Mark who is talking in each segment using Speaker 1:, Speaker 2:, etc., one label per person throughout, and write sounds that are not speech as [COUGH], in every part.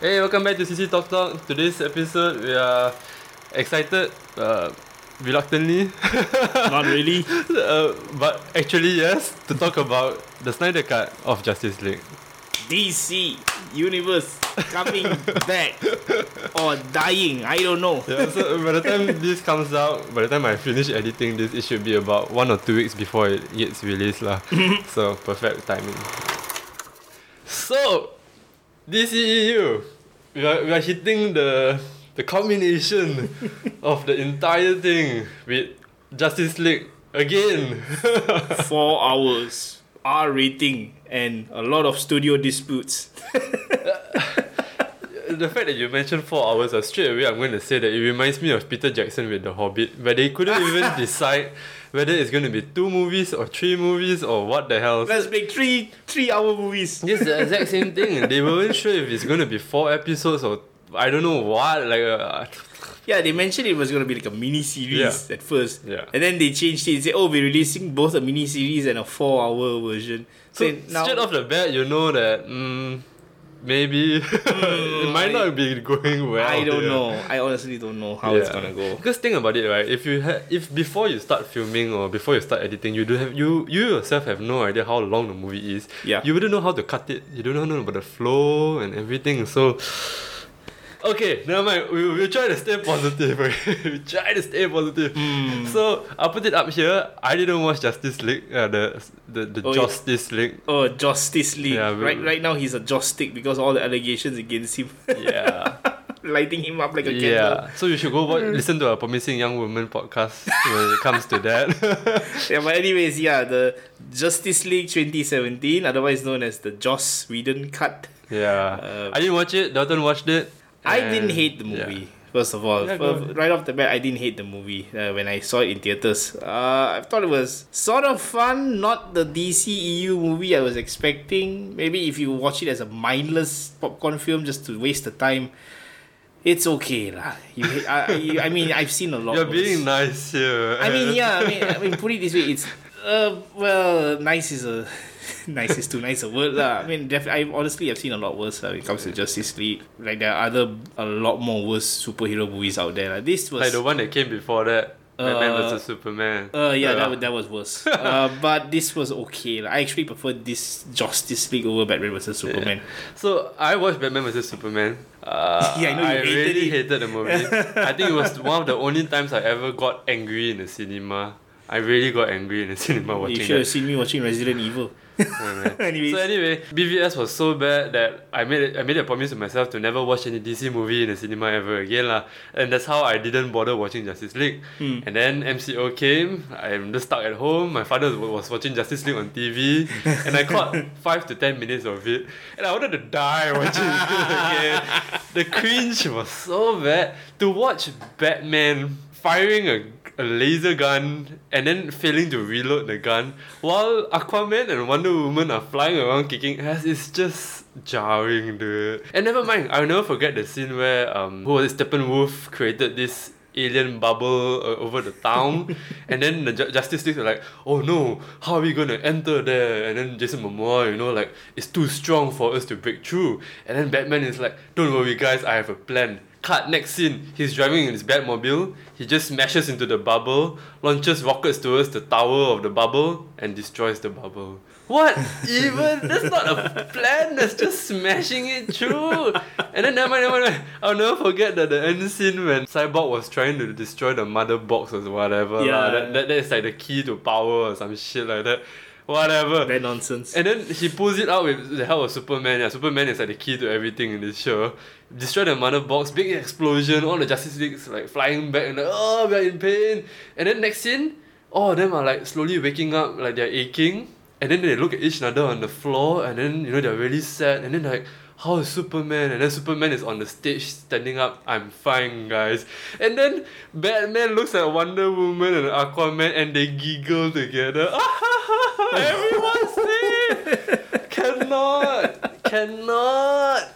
Speaker 1: Hey, welcome back to CC Talk Talk. Today's episode, we are excited, uh, reluctantly, [LAUGHS]
Speaker 2: Not really.
Speaker 1: uh, but actually yes, to talk about the Snyder Cut of Justice League.
Speaker 2: DC Universe coming back or dying. I don't know.
Speaker 1: Yeah, so uh, by the time this comes out, by the time I finish editing this, it should be about one or two weeks before it gets released lah. so perfect timing. So, DCEU, we are, we are hitting the the culmination of the entire thing with Justice League again. [LAUGHS]
Speaker 2: Four hours, R rating, and a lot of studio disputes.
Speaker 1: the fact that you mentioned four hours, uh, straight away I'm going to say that it reminds me of Peter Jackson with The Hobbit, where they couldn't
Speaker 2: [LAUGHS]
Speaker 1: even decide whether it's going to be two movies or three movies or what the hell.
Speaker 2: Let's make three three-hour movies.
Speaker 1: It's the exact same thing. They weren't sure if it's going to be four episodes or I don't know what. Like, uh,
Speaker 2: Yeah, they mentioned it was gonna be like a mini series
Speaker 1: Yeah.
Speaker 2: at first.
Speaker 1: Yeah.
Speaker 2: And then they changed it and said, "Oh, we're releasing both a mini series and a four-hour version."
Speaker 1: so
Speaker 2: So now,
Speaker 1: straight off the bat, you know that mm, maybe [LAUGHS] it might not be going well.
Speaker 2: Mm. I don't
Speaker 1: yeah.
Speaker 2: know. I honestly don't know how it's gonna go.
Speaker 1: Because think about it, right? If you ha- if before you start filming or before you start editing, you do have you you yourself have no idea how long the movie is.
Speaker 2: Yeah.
Speaker 1: You wouldn't know how to cut it. You don't know about the flow and everything. So [SIGHS] Okay, never mind. We we try to stay positive. [LAUGHS] okay? we try to stay positive.
Speaker 2: Hmm.
Speaker 1: So I put it up here. I didn't watch Justice League, uh, the the, the
Speaker 2: Oh, you-
Speaker 1: Justice
Speaker 2: [LAUGHS]
Speaker 1: League.
Speaker 2: Oh, Justice League.
Speaker 1: Yeah, we-
Speaker 2: right, right now he's a joystick because all the allegations against him.
Speaker 1: Yeah,
Speaker 2: lighting him up like a candle.
Speaker 1: yeah. So you should go watch, listen to our Promising Young Woman podcast when it comes to that. [LAUGHS]
Speaker 2: Yeah, but anyways, yeah, the Justice League 2017, otherwise known as the Joss Whedon cut.
Speaker 1: Yeah.
Speaker 2: Uh,
Speaker 1: I didn't watch it. Dalton watched it.
Speaker 2: I
Speaker 1: and-
Speaker 2: didn't hate the
Speaker 1: yeah.
Speaker 2: movie. First of all,
Speaker 1: Yeah, go
Speaker 2: Fir- right off the bat, I didn't hate the movie uh, when I saw it in theaters. Uh, I thought it was sort of fun, not the DCEU movie I was expecting. Maybe if you watch it as a mindless popcorn film just to waste the time, it's okay. lah. You, hate- I, I, I mean, I've seen a lot
Speaker 1: You're
Speaker 2: worse.
Speaker 1: being nice here.
Speaker 2: I mean, yeah. I mean, I mean, put it this way, it's uh, well, nice is a [LAUGHS] nice is too nice a word lah. I mean, def- I honestly have seen a lot worse lah when it comes to Justice League. Like there are other a lot more worse superhero movies out there. Lah. This was
Speaker 1: Like the one that came before that. Batman
Speaker 2: Uh,
Speaker 1: vs Superman.
Speaker 2: uh, yeah, that wa- that was
Speaker 1: [LAUGHS]
Speaker 2: worse. uh, but this was okay. lah. I actually prefer this Justice League over Batman vs Superman.
Speaker 1: So I watched Batman vs Superman. Uh,
Speaker 2: [LAUGHS] Yeah, I know you hated
Speaker 1: really
Speaker 2: it.
Speaker 1: hated the movie. I think it
Speaker 2: [LAUGHS]
Speaker 1: was one of the only times I ever got angry in the cinema. I really got angry in the cinema watching
Speaker 2: you
Speaker 1: that.
Speaker 2: should have seen me watching Resident
Speaker 1: [LAUGHS]
Speaker 2: Evil. Anyways.
Speaker 1: So anyway, BVS was so bad that I made it, I made a promise to myself to never watch any DC movie in the cinema ever again lah. And that's how I didn't bother watching Justice League. And then MCO came. I'm just stuck at home. My father wa- was watching Justice League on TV, and I caught five to ten minutes of it, and I wanted to die watching it [LAUGHS] again. The cringe was so bad to watch Batman firing a a laser gun and then failing to reload the gun while Aquaman and Wonder Woman are flying around kicking ass it's just jarring dude. And never mind, I'll never forget the scene where um who was it Steppenwolf created this alien bubble uh, over the town and then the Ju- Justice League were like oh no how are we going to enter there and then Jason Momoa you know like it's too strong for us to break through and then Batman is like don't worry guys I have a plan Cut next scene, he's driving in his Batmobile. He just smashes into the bubble, launches rockets towards the tower of the bubble, and destroys the bubble. What even? That's not a plan. That's just smashing it through. And then never mind, never mind. I'll never forget that the end scene when Cyborg was trying to destroy the mother box or whatever. Yeah.
Speaker 2: Yeah.
Speaker 1: That, that, that is like the key to power or some shit like that. Whatever.
Speaker 2: That nonsense.
Speaker 1: And then he pulls it out with the help of Superman. Yeah, Superman is like the key to everything in this show. Destroy the mother box, big explosion, all the Justice League's like flying back and like, oh, we're in pain. And then next scene, all of them are like slowly waking up, like they're aching. And then they look at each other on the floor, and then you know they're really sad. And then like, how is Superman? And then Superman is on the stage standing up, I'm fine, guys. And then Batman looks at Wonder Woman and Aquaman, and they giggle together. [LAUGHS]
Speaker 2: [LAUGHS]
Speaker 1: Everyone's safe. cannot, cannot.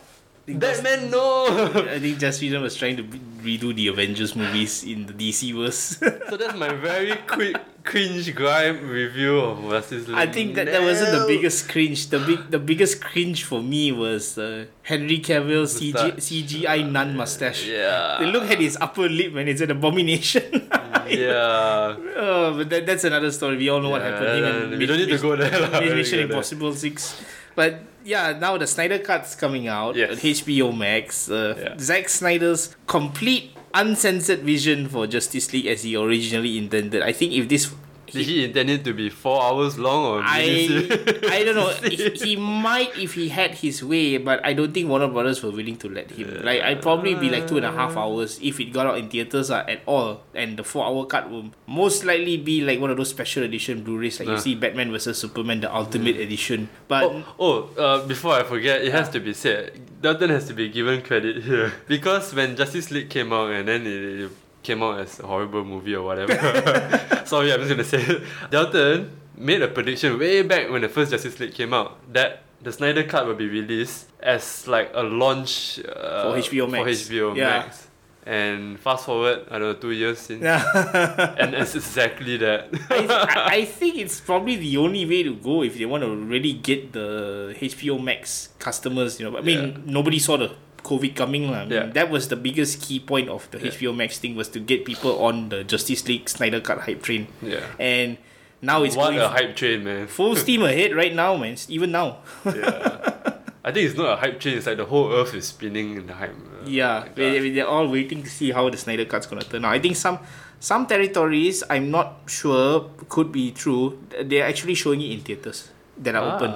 Speaker 2: think that's-
Speaker 1: Batman, [LAUGHS] no.
Speaker 2: I think Joss Whedon was trying to re- redo the Avengers movies in the DC verse. [LAUGHS]
Speaker 1: so that's my very quick cringe grime review of Justice League.
Speaker 2: I think that that wasn't the
Speaker 1: No.
Speaker 2: biggest cringe. The big the biggest cringe for me was uh, Henry Cavill's CG,
Speaker 1: Mustache.
Speaker 2: CGI nun mustache.
Speaker 1: [LAUGHS]
Speaker 2: They
Speaker 1: Yeah.
Speaker 2: look at his upper lip and it's an abomination.
Speaker 1: [LAUGHS] Yeah.
Speaker 2: Uh, but that, that's another story. We all know what
Speaker 1: Yeah,
Speaker 2: happened. Him and
Speaker 1: we
Speaker 2: Mis-
Speaker 1: don't need to
Speaker 2: Mis-
Speaker 1: go there lah. We
Speaker 2: Mis-
Speaker 1: don't need to
Speaker 2: Mission
Speaker 1: go there.
Speaker 2: Impossible Six. But yeah, now the Snyder Cut's coming out
Speaker 1: Yes.
Speaker 2: on HBO Max. Uh,
Speaker 1: Yeah.
Speaker 2: Zack Snyder's complete uncensored vision for Justice League as he originally intended. I think if this
Speaker 1: Did he intend it to be four hours long or [LAUGHS]
Speaker 2: I
Speaker 1: miniseries?
Speaker 2: [LAUGHS] I don't know. He, he might if he had his way, but I don't think Warner Brothers were willing to let him. Like I'd probably be like two and a half hours if it got out in theaters uh, at all, and the four hour cut will most likely be like one of those special edition Blu-rays, like you
Speaker 1: Ah.
Speaker 2: see Batman vs Superman the Ultimate Edition. But
Speaker 1: Oh, oh uh, before I forget, it has to be said. Dalton has to be given credit here [LAUGHS] because when Justice League came out and then it, it came out as a horrible movie or whatever. [LAUGHS] Sorry, I'm just gonna say it. Dalton made a prediction way back when the first Justice League came out that the Snyder Cut will be released as like a launch uh,
Speaker 2: For HBO
Speaker 1: For
Speaker 2: Max.
Speaker 1: HBO
Speaker 2: Yeah.
Speaker 1: Max. And fast forward, I don't know, two years since,
Speaker 2: [LAUGHS] I,
Speaker 1: and it's exactly that.
Speaker 2: I I think it's probably the only way to go if they want to really get the HBO Max customers. You know, I mean,
Speaker 1: Yeah.
Speaker 2: nobody saw the COVID coming. lah. I mean,
Speaker 1: Yeah.
Speaker 2: That was the biggest key point of the
Speaker 1: Yeah.
Speaker 2: HBO Max thing was to get people on the Justice League Snyder Cut hype train.
Speaker 1: yeah.
Speaker 2: And now it's
Speaker 1: What
Speaker 2: going
Speaker 1: a hype train, man.
Speaker 2: full steam ahead right now, man. Even now.
Speaker 1: yeah. I think it's not a hype train. It's like the whole earth is spinning in the hype. uh,
Speaker 2: Yeah,
Speaker 1: like
Speaker 2: they,
Speaker 1: that.
Speaker 2: they- they're all waiting to see how the Snyder Cut's gonna turn out. I think some some territories I'm not sure could be true. They're actually showing it in theaters that are
Speaker 1: Ah,
Speaker 2: open.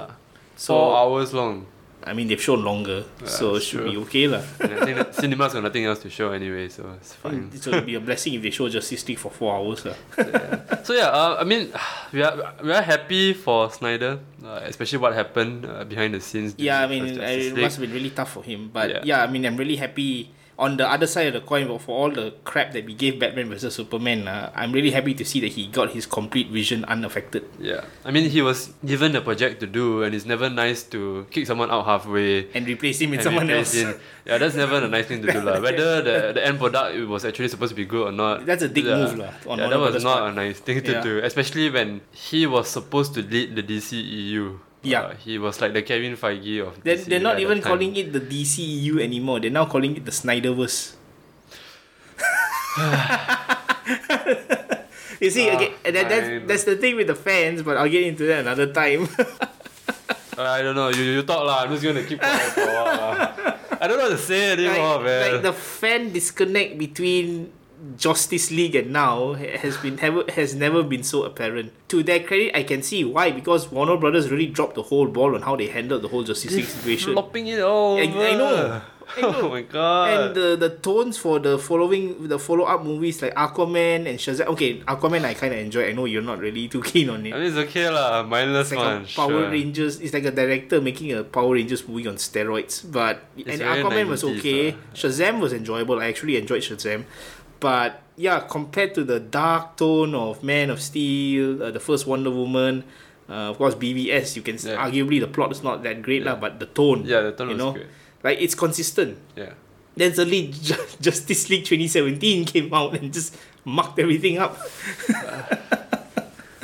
Speaker 1: Four
Speaker 2: So
Speaker 1: hours long.
Speaker 2: I mean they've shown longer, so it
Speaker 1: that's
Speaker 2: should
Speaker 1: true.
Speaker 2: be okay lah.
Speaker 1: And I think that cinemas got nothing else to show anyway, so it's fine.
Speaker 2: [LAUGHS] So it'd be a blessing if they show Justice League for four hours lah. Hmm.
Speaker 1: so yeah, uh, I mean, [SIGHS] we are we are happy for Snyder, uh, especially what happened uh, behind the scenes. during
Speaker 2: Yeah, I
Speaker 1: the
Speaker 2: mean
Speaker 1: first
Speaker 2: I-
Speaker 1: Justice
Speaker 2: it
Speaker 1: League.
Speaker 2: must have been really tough for him, but yeah.
Speaker 1: Yeah.
Speaker 2: I mean I'm really happy. On the other side of the coin, but for all the crap that we gave Batman versus Superman, uh, I'm really happy to see that he got his complete vision unaffected.
Speaker 1: Yeah, I mean, he was given a project to do, and it's never nice to kick someone out halfway.
Speaker 2: and replace him with
Speaker 1: and
Speaker 2: someone
Speaker 1: replace in-
Speaker 2: else.
Speaker 1: Yeah, that's never a nice thing to do,
Speaker 2: [LAUGHS]
Speaker 1: lah. Whether the, the end product it was actually supposed to be good or not.
Speaker 2: That's a dick
Speaker 1: yeah.
Speaker 2: move lah, on
Speaker 1: yeah,
Speaker 2: Warner
Speaker 1: that was
Speaker 2: Brothers'
Speaker 1: not a
Speaker 2: part.
Speaker 1: nice thing to
Speaker 2: Yeah.
Speaker 1: do, especially when he was supposed to lead the DCEU. Uh,
Speaker 2: Yeah.
Speaker 1: he was like the Kevin Feige of.
Speaker 2: They're,
Speaker 1: DC
Speaker 2: they're
Speaker 1: at
Speaker 2: not
Speaker 1: that
Speaker 2: even
Speaker 1: time.
Speaker 2: calling it the DCEU anymore. They're now calling it the Snyderverse. [LAUGHS] you see,
Speaker 1: Ah,
Speaker 2: okay, that, that's,
Speaker 1: fine.
Speaker 2: that's the thing with the fans, but I'll get into that another
Speaker 1: [LAUGHS]
Speaker 2: time.
Speaker 1: Uh, I don't know. You you talk lah. I'm just gonna keep quiet for a while.
Speaker 2: [LAUGHS]
Speaker 1: lah. I don't know what to say anymore,
Speaker 2: like,
Speaker 1: man.
Speaker 2: like the fan disconnect between Justice League and now has been have, has never been so apparent. To their credit, I can see why because Warner Brothers really dropped the whole ball on how they handled the whole Justice League situation.
Speaker 1: Flopping it all.
Speaker 2: I- I
Speaker 1: over.
Speaker 2: know. I know.
Speaker 1: [LAUGHS] Oh my god.
Speaker 2: and the the tones for the following the follow up movies like Aquaman and Shazam. Okay, Aquaman I kind of enjoy. I know you're not really too [LAUGHS] keen on it.
Speaker 1: I mean, it's okay lah. Mindless
Speaker 2: It's like
Speaker 1: one.
Speaker 2: a Power
Speaker 1: sure.
Speaker 2: Rangers. It's like a director making a Power Rangers movie on steroids. But and
Speaker 1: very
Speaker 2: Aquaman was
Speaker 1: 90s,
Speaker 2: okay.
Speaker 1: uh.
Speaker 2: Shazam was enjoyable. I actually enjoyed Shazam. But yeah, compared to the dark tone of Man of Steel, uh, the first Wonder Woman, uh, of course BBS, you can s
Speaker 1: Yeah.
Speaker 2: arguably the plot is not that great lah, but the tone,
Speaker 1: Yeah, the tone
Speaker 2: you
Speaker 1: was
Speaker 2: know,
Speaker 1: good.
Speaker 2: like it's consistent.
Speaker 1: Yeah.
Speaker 2: Then suddenly [LAUGHS] Ju- Justice League 2017 came out and just mucked everything up.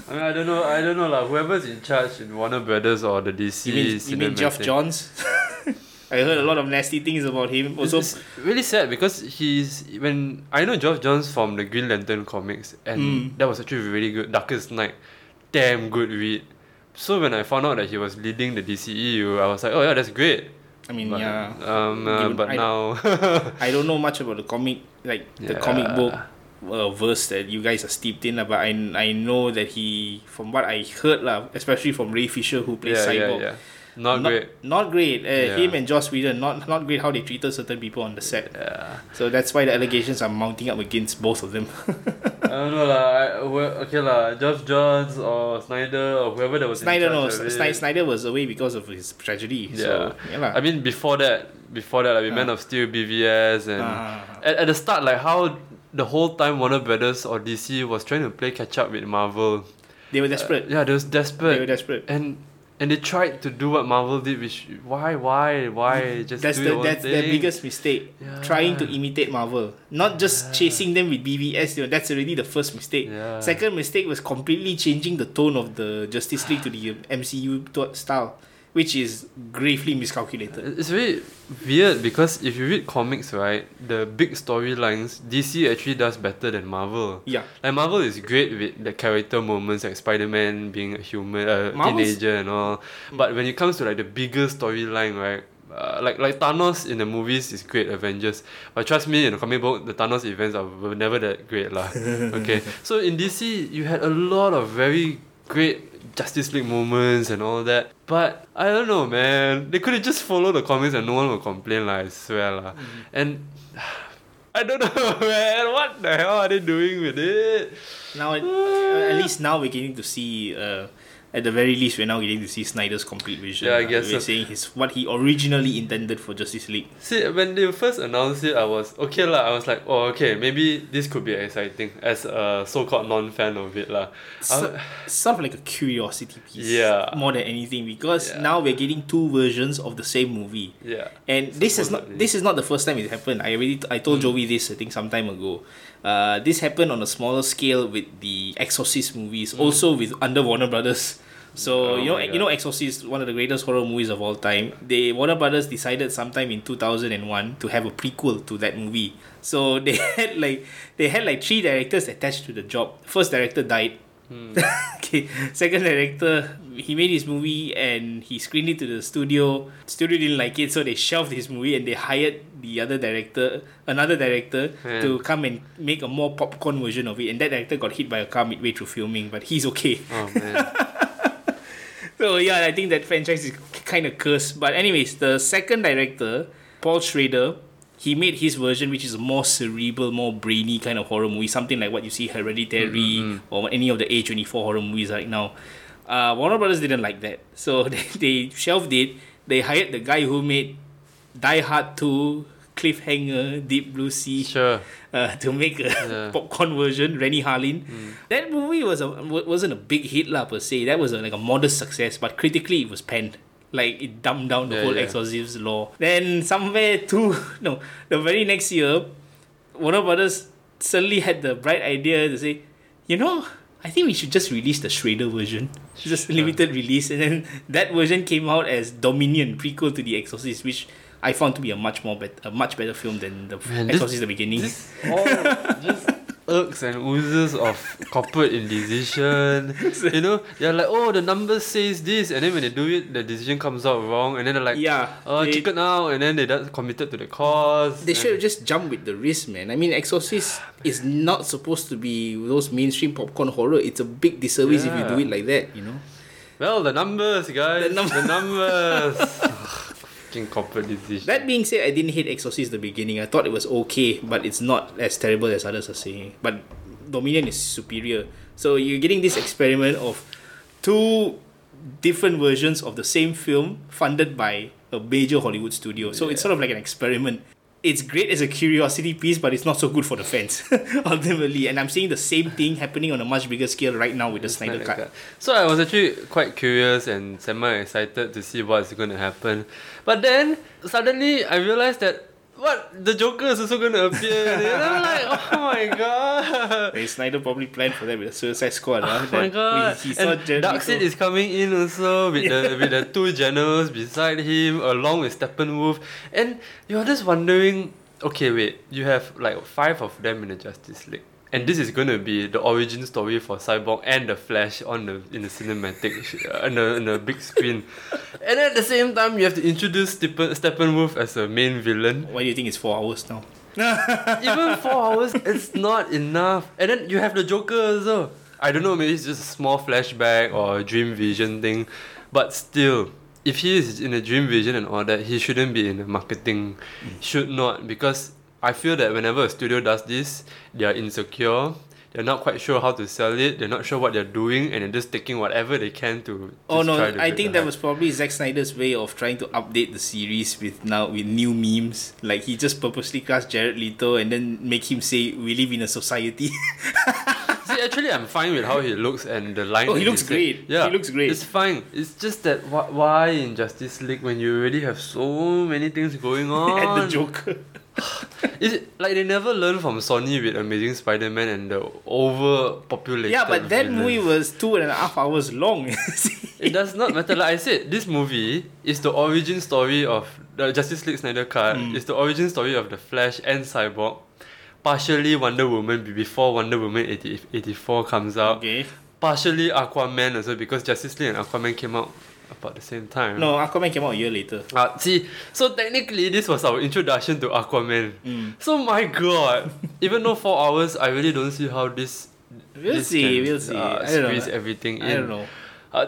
Speaker 1: I mean, I don't know. I don't know lah. Whoever's in charge in Warner Brothers or the DC,
Speaker 2: You mean, you mean
Speaker 1: cinematic-
Speaker 2: Jeff Johns? [LAUGHS] I heard a lot of nasty things about him.
Speaker 1: It's,
Speaker 2: Also,
Speaker 1: it's really sad because he's when I know Geoff Johns from the Green Lantern comics, and
Speaker 2: Mm.
Speaker 1: that was actually really good. Darkest Night, damn good read. So when I found out that he was leading the DCEU, I was like, oh yeah, that's great.
Speaker 2: I mean,
Speaker 1: But,
Speaker 2: yeah,
Speaker 1: Um, uh,
Speaker 2: Given-
Speaker 1: but
Speaker 2: I-
Speaker 1: now, [LAUGHS]
Speaker 2: I don't know much about the comic, like the comic
Speaker 1: Yeah.
Speaker 2: book uh, verse that you guys are steeped in, lah, but I, I know that he, from what I heard, lah, especially from Ray Fisher who plays
Speaker 1: yeah, yeah,
Speaker 2: Cyborg,
Speaker 1: yeah, not, great.
Speaker 2: Not great. Uh,
Speaker 1: Yeah.
Speaker 2: Him and Joss Whedon, not not great how they treated certain people on the set.
Speaker 1: Yeah.
Speaker 2: So that's why the allegations are mounting up against both of them.
Speaker 1: I don't know lah. I, well, okay lah. Geoff Johns or Snyder or whoever that was in
Speaker 2: Snyder no,
Speaker 1: charge of it.
Speaker 2: Snyder, Snyder was away because of his tragedy. So yeah, lah.
Speaker 1: I mean, before that, before that, like, we
Speaker 2: Ah.
Speaker 1: Man of Steel, BVS, and
Speaker 2: Ah.
Speaker 1: at, at the start, like how the whole time Warner Brothers or DC was trying to play catch up with Marvel.
Speaker 2: they were desperate.
Speaker 1: Yeah, they was
Speaker 2: they
Speaker 1: desperate,
Speaker 2: were desperate.
Speaker 1: and And they tried to do what Marvel did, which why, why, why? Just
Speaker 2: that's
Speaker 1: do
Speaker 2: the,
Speaker 1: your own
Speaker 2: that's their
Speaker 1: thing.
Speaker 2: biggest mistake.
Speaker 1: Yeah.
Speaker 2: Trying to imitate Marvel, not just
Speaker 1: Yeah.
Speaker 2: chasing them with BVS. You know, that's already the first mistake.
Speaker 1: Yeah.
Speaker 2: Second mistake was completely changing the tone of the Justice League to the MCU to- style, which is gravely miscalculated.
Speaker 1: It's really weird because if you read comics, right, the big storylines, DC actually does better than Marvel.
Speaker 2: Yeah,
Speaker 1: Like Marvel is great with the character moments, like Spider Man being a human, a
Speaker 2: Marvel's-
Speaker 1: teenager, and all. But when it comes to like the bigger storyline, right, uh, like like Thanos in the movies is great, Avengers. But trust me, in the comic book, the Thanos events are were never that great, lah. okay, so in DC, you had a lot of very great. Justice League moments and all that, but I don't know, man. They could have just followed the comics and no one would complain, lah. I swear, lah. And I don't know, [LAUGHS] man. What the hell are they doing with it?
Speaker 2: now at, Uh, at least now we're getting to see. Uh, at the very least, we're now getting to see Snyder's complete vision.
Speaker 1: Yeah, I
Speaker 2: Uh,
Speaker 1: guess
Speaker 2: we're
Speaker 1: so.
Speaker 2: saying his what he originally intended for Justice League.
Speaker 1: See, when they first announced it, I was okay lah. I was like, oh, okay, maybe this could be exciting as a so-called non-fan of it lah.
Speaker 2: so, sort of like a curiosity piece.
Speaker 1: Uh, Yeah.
Speaker 2: More than anything, because
Speaker 1: Yeah.
Speaker 2: now we're getting two versions of the same movie.
Speaker 1: Yeah.
Speaker 2: And this is
Speaker 1: Supposedly.
Speaker 2: not
Speaker 1: Hmm.
Speaker 2: this is not the first time it happened. I already I told Joey this I think some time ago. Uh, this happened on a smaller scale with the Exorcist movies, also with under Warner Brothers. So
Speaker 1: Hmm. Oh
Speaker 2: you know
Speaker 1: my
Speaker 2: you know Exorcist, one of the greatest horror movies of all time. They Warner Brothers decided sometime in two thousand and one to have a prequel to that movie. So [LAUGHS] they had like they had like three directors attached to the job. First director died. okay. Second director, he made his movie and he screened it to the studio. Studio didn't like it, so they shelved his movie and they hired the other director, another director,
Speaker 1: Yeah.
Speaker 2: to come and make a more popcorn version of it. And that director got hit by a car midway through filming, but he's okay.
Speaker 1: Oh man.
Speaker 2: So yeah, I think that franchise is kind of cursed. But anyways, the second director, Paul Schrader, he made his version, which is a more cerebral, more brainy kind of horror movie, something like what you see Hereditary or any of the A twenty four horror movies right now. Uh, Warner Brothers didn't like that, [LAUGHS] so they, they shelved it. They hired the guy who made Die Hard Two, Cliffhanger, Deep Blue Sea,
Speaker 1: sure.
Speaker 2: [LAUGHS] uh, to make a
Speaker 1: Yeah.
Speaker 2: [LAUGHS]
Speaker 1: Hmm.
Speaker 2: popcorn version, Rennie Harlin. That movie was a wa- wasn't a big hit lah per se. That was a, like a modest success, but critically it was panned. Like it dumbed down the
Speaker 1: Yeah,
Speaker 2: whole
Speaker 1: yeah.
Speaker 2: Exorcist law. Then somewhere too, [LAUGHS] no, the very next year, Warner Brothers suddenly had the bright idea to say, you know, I think we should just release the Schrader version, just
Speaker 1: Sure.
Speaker 2: limited release, and then [LAUGHS] that version came out as Dominion prequel to The Exorcist, which I found to be a much more bet- a much better film than the
Speaker 1: Man, this-
Speaker 2: Exorcist: The Beginning.
Speaker 1: This all just irks and oozes of corporate
Speaker 2: [LAUGHS]
Speaker 1: indecision. You know, they're like, oh, the number says this, and then when they do it, the decision comes out wrong, and then they're like,
Speaker 2: yeah.
Speaker 1: oh,
Speaker 2: they,
Speaker 1: chicken out, and then they just committed to the cause.
Speaker 2: they
Speaker 1: and-
Speaker 2: should have just jumped with the risk, man. I mean, Exorcist is not supposed to be those mainstream popcorn horror. It's a big disservice if you do
Speaker 1: Yeah.
Speaker 2: it like that, you know?
Speaker 1: Well, the numbers, guys.
Speaker 2: The
Speaker 1: The,
Speaker 2: num- [LAUGHS]
Speaker 1: numbers. Ugh, Fucking corporate decision.
Speaker 2: That being said, I didn't hate Exorcist the beginning. I thought it was okay, but it's not as terrible as others are saying. But Dominion is superior. So you're getting this experiment of two different versions of the same film funded by a major Hollywood studio. So it's sort of like an experiment. It's great as a curiosity piece, but it's not so good for the fans [LAUGHS] ultimately. And I'm seeing the same thing happening on a much bigger scale right now with the
Speaker 1: Like
Speaker 2: Snyder
Speaker 1: that
Speaker 2: Cut.
Speaker 1: guy. So I was actually quite curious and semi excited to see what's going to happen. But then suddenly I realized that what the Joker is also going to appear. and I'm like, oh my god.
Speaker 2: Hey, Snyder probably planned for that with the Suicide Squad. huh?
Speaker 1: Oh my
Speaker 2: That
Speaker 1: god!
Speaker 2: he- he saw
Speaker 1: and
Speaker 2: Jared
Speaker 1: Darkseid
Speaker 2: Leto.
Speaker 1: is coming in also with the with the two generals beside him, along with Steppenwolf, and you're just wondering. Okay, wait. You have like five of them in the Justice League, and this is gonna be the origin story for Cyborg and the Flash on the in the cinematic sh- uh, in the, in the big
Speaker 2: [LAUGHS]
Speaker 1: screen, and at the same time you have to introduce Steppen, Steppenwolf as a main villain.
Speaker 2: Why do you think it's four hours now?
Speaker 1: [LAUGHS] Even four hours, it's not enough. And then you have the Joker also. I don't know, maybe it's just a small flashback or a dream vision thing. But still, if he is in a dream vision and all that, he shouldn't be in the marketing. Should not, because I feel that whenever a studio does this, they are insecure. They're not quite sure how to sell it. They're not sure what they're doing, and they're just taking whatever they can to.
Speaker 2: Oh
Speaker 1: just
Speaker 2: no,
Speaker 1: try to
Speaker 2: I
Speaker 1: break
Speaker 2: think
Speaker 1: the
Speaker 2: that was probably Zack Snyder's way of trying to update the series with now with new memes. Like he just purposely cast Jared Leto and then make him say we live in a society. [LAUGHS]
Speaker 1: hype. See, actually, I'm fine with how he looks and the line.
Speaker 2: Oh, he
Speaker 1: that
Speaker 2: looks
Speaker 1: said.
Speaker 2: great.
Speaker 1: Yeah,
Speaker 2: He looks great.
Speaker 1: It's fine. It's just that wh- why in Justice League when you already have so many things going on?
Speaker 2: [LAUGHS] and the Joker.
Speaker 1: Is it like they never learn from Sony with Amazing Spider-Man and the overpopulated?
Speaker 2: yeah, but that
Speaker 1: villains?
Speaker 2: movie was two and a half hours long. [LAUGHS]
Speaker 1: It does not matter. Like I said, this movie is the origin story of the Justice League Snyder Cut.
Speaker 2: Hmm.
Speaker 1: It's the origin story of the Flash and Cyborg, partially Wonder Woman be- before Wonder Woman 80, 84 comes out.
Speaker 2: okay.
Speaker 1: Partially Aquaman also because Justice League and Aquaman came out about the same time.
Speaker 2: No, Aquaman came out a year later.
Speaker 1: Ah, see, so technically this was our introduction to Aquaman.
Speaker 2: Mm.
Speaker 1: So my god, even though four hours, I really don't see how this.
Speaker 2: We'll
Speaker 1: this
Speaker 2: see,
Speaker 1: can,
Speaker 2: we'll see.
Speaker 1: Uh,
Speaker 2: I don't know.
Speaker 1: squeeze everything in.
Speaker 2: I don't know.
Speaker 1: Uh,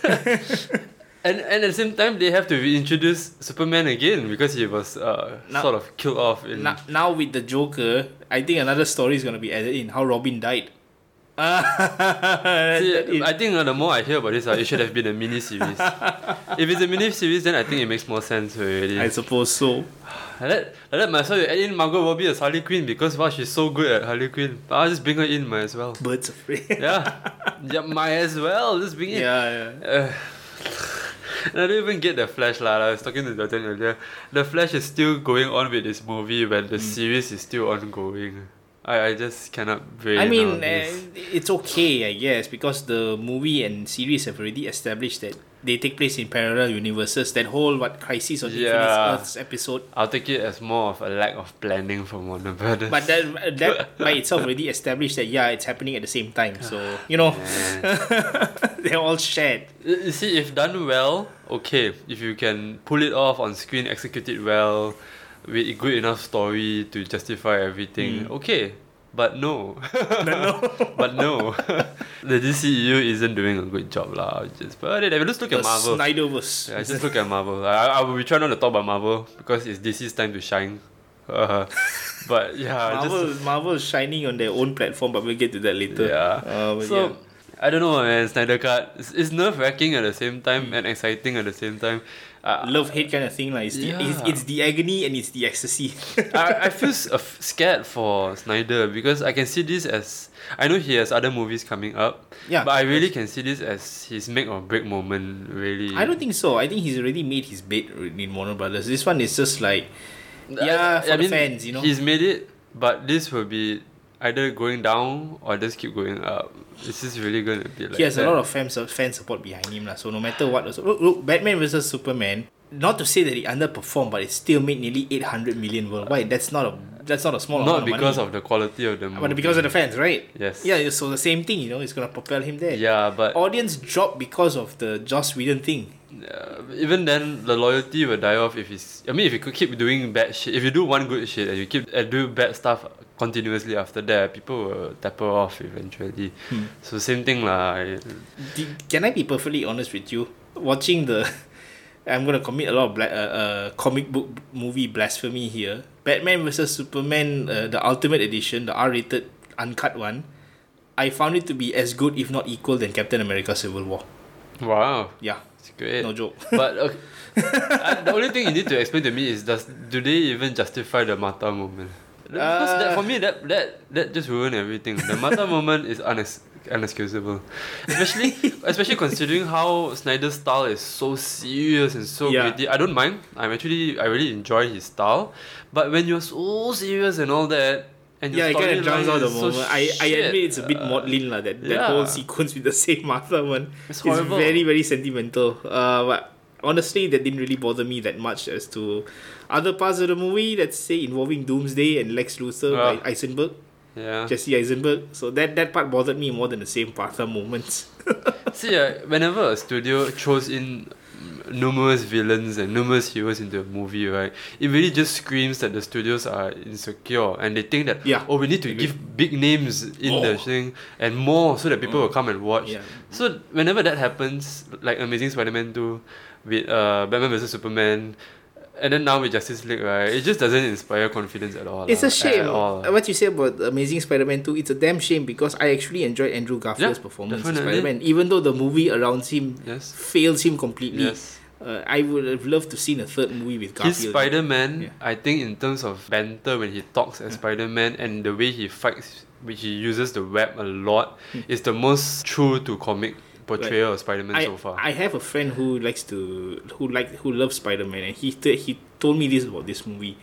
Speaker 1: [LAUGHS] and and at the same time, they have to reintroduce Superman again because he was uh,
Speaker 2: Now-
Speaker 1: sort of killed off in.
Speaker 2: Now, now with the Joker, I think another story is gonna be added in how Robin died. [LAUGHS] Ah, that
Speaker 1: See,
Speaker 2: is-
Speaker 1: I think uh, the more I hear about this, uh, it should have been a mini
Speaker 2: [LAUGHS]
Speaker 1: series. if it's a mini series, then I think it makes more sense already.
Speaker 2: I
Speaker 1: Like
Speaker 2: suppose so.
Speaker 1: that, like that, might as well you add in Margot Robbie as Harley Quinn because wow, she's so good at Harley Quinn. I'll just bring her in, might as well.
Speaker 2: Birds of prey. [LAUGHS]
Speaker 1: Yeah, yeah, might as well just bring it.
Speaker 2: yeah, yeah.
Speaker 1: Uh, and [SIGHS] I don't even get the Flash lah. I was talking to Dutton earlier. The Flash is still going on with this movie when
Speaker 2: Mm.
Speaker 1: the series is still ongoing. I, I just cannot brain.
Speaker 2: I mean, uh,
Speaker 1: nowadays.
Speaker 2: it's okay, I guess, because the movie and series have already established that they take place in parallel universes. That whole what crisis on
Speaker 1: Yeah.
Speaker 2: Infinite Earths episode,
Speaker 1: I'll take it as more of a lack of planning from Warner Brothers. [LAUGHS]
Speaker 2: but that that by itself already established that yeah, it's happening at the same time. So you know, [LAUGHS] they're all shared.
Speaker 1: You you see, if done well, okay. If you can pull it off on screen, execute it well, with a good enough story to justify
Speaker 2: Mm.
Speaker 1: everything, okay. But no. [LAUGHS] but no. the DCEU isn't doing a good job, lah. Just, but anyway, just look at
Speaker 2: The
Speaker 1: Marvel.
Speaker 2: Snyderverse.
Speaker 1: Yeah, just look at Marvel. I, I will be trying not to talk about Marvel because it's DC's time to shine. Uh, [LAUGHS] but yeah, just
Speaker 2: Marvel, Marvel is shining on their own platform, but we'll get to that later.
Speaker 1: Yeah.
Speaker 2: Uh, but
Speaker 1: so
Speaker 2: yeah.
Speaker 1: I don't know, man. Snyder Cut. It's, it's nerve wracking at the same time and exciting at the same time. Uh,
Speaker 2: love hate kind of thing, like it's,
Speaker 1: Yeah.
Speaker 2: the, it's, it's the agony and it's the ecstasy. [LAUGHS]
Speaker 1: I, I feel s- uh, scared for Snyder because I can see this as I know he has other movies coming up,
Speaker 2: yeah,
Speaker 1: but I really can see this as his make or break moment. Really,
Speaker 2: I don't think so. I think he's already made his bed in Warner Brothers. This one is just like, yeah, for the fans, you know.
Speaker 1: Uh, he's made it, but this will be either going down or just keep going up. This is really going to be like
Speaker 2: he has
Speaker 1: that.
Speaker 2: a lot of fan, su- fan support behind him, lah. So no matter what, also, look, look, Batman versus Superman. Not to say that he underperformed, but it still made nearly eight hundred million worldwide. That's not a that's not a small
Speaker 1: not
Speaker 2: amount of
Speaker 1: because
Speaker 2: money.
Speaker 1: of the quality of the movie,
Speaker 2: but because of the fans, right?
Speaker 1: yes,
Speaker 2: Yeah, so the same thing, you know, it's gonna propel him there.
Speaker 1: yeah, but
Speaker 2: Audience dropped because of the Joss Whedon thing.
Speaker 1: Uh, even then, the loyalty will die off if it's. I mean, if you could keep doing bad shit, if you do one good shit and you keep and do bad stuff continuously after that, people will taper off eventually. So same thing lah. I-
Speaker 2: D- Can I be perfectly honest with you? Watching the, [LAUGHS] I'm gonna commit a lot of bla- uh, uh, comic book movie blasphemy here. Batman versus Superman, uh, the Ultimate Edition, the R-rated uncut one. I found it to be as good, if not equal, than Captain America: Civil War.
Speaker 1: Wow,
Speaker 2: Yeah,
Speaker 1: it's great.
Speaker 2: no joke.
Speaker 1: But okay, I- the only thing you need to explain to me is does do they even justify the Mata moment? Because that, for me, that that that just ruined everything. The
Speaker 2: [LAUGHS]
Speaker 1: Mata moment is unex- unexcusable, especially especially considering how Snyder's style is so serious and so
Speaker 2: Yeah.
Speaker 1: gritty. I don't mind. I'm actually I really enjoy his style, but when you're so serious and all that, and
Speaker 2: Yeah,
Speaker 1: your
Speaker 2: it kind of drums
Speaker 1: storyline
Speaker 2: out the
Speaker 1: is so
Speaker 2: moment. I, I
Speaker 1: shit,
Speaker 2: admit it's a bit
Speaker 1: uh,
Speaker 2: maudlin lah. That, that
Speaker 1: yeah.
Speaker 2: whole sequence with the same [LAUGHS] Martha one.
Speaker 1: It's
Speaker 2: is
Speaker 1: horrible.
Speaker 2: very very sentimental. Uh, but honestly, that didn't really bother me that much as to other parts of the movie. Let's say involving Doomsday and Lex Luthor
Speaker 1: Ah.
Speaker 2: by Eisenberg,
Speaker 1: yeah.
Speaker 2: Jesse Eisenberg. So that that part bothered me more than the same Martha moments.
Speaker 1: See, uh, whenever a studio throws in mm, numerous villains and numerous heroes into a movie, right, it really just screams that the studios are insecure and they think that,
Speaker 2: Yeah.
Speaker 1: oh, we need to give big names in the
Speaker 2: Oh.
Speaker 1: thing and more so that people will come and watch.
Speaker 2: Yeah.
Speaker 1: So whenever that happens, like Amazing Spider-Man 2 with uh, Batman vs. Superman, and then now with Justice League, right, it just doesn't inspire confidence at all.
Speaker 2: It's
Speaker 1: lah,
Speaker 2: a shame.
Speaker 1: At all.
Speaker 2: Uh, What you say about The Amazing Spider-Man 2, it's a damn shame because I actually enjoyed Andrew Garfield's
Speaker 1: Yeah,
Speaker 2: performance
Speaker 1: definitely.
Speaker 2: as Spider-Man, even though the movie around him
Speaker 1: Yes.
Speaker 2: fails him completely.
Speaker 1: Yes.
Speaker 2: Uh, I would have loved to seen a third movie with Garfield.
Speaker 1: His Spider Man,
Speaker 2: Yeah.
Speaker 1: I think, in terms of banter when he talks as Spider Man and the way he fights, which he uses the web a lot,
Speaker 2: Hmm.
Speaker 1: is the most true to comic portrayal of Spider Man
Speaker 2: I,
Speaker 1: so far.
Speaker 2: I have a friend who likes to who like who loves Spider Man, and he t- he told me this about this movie.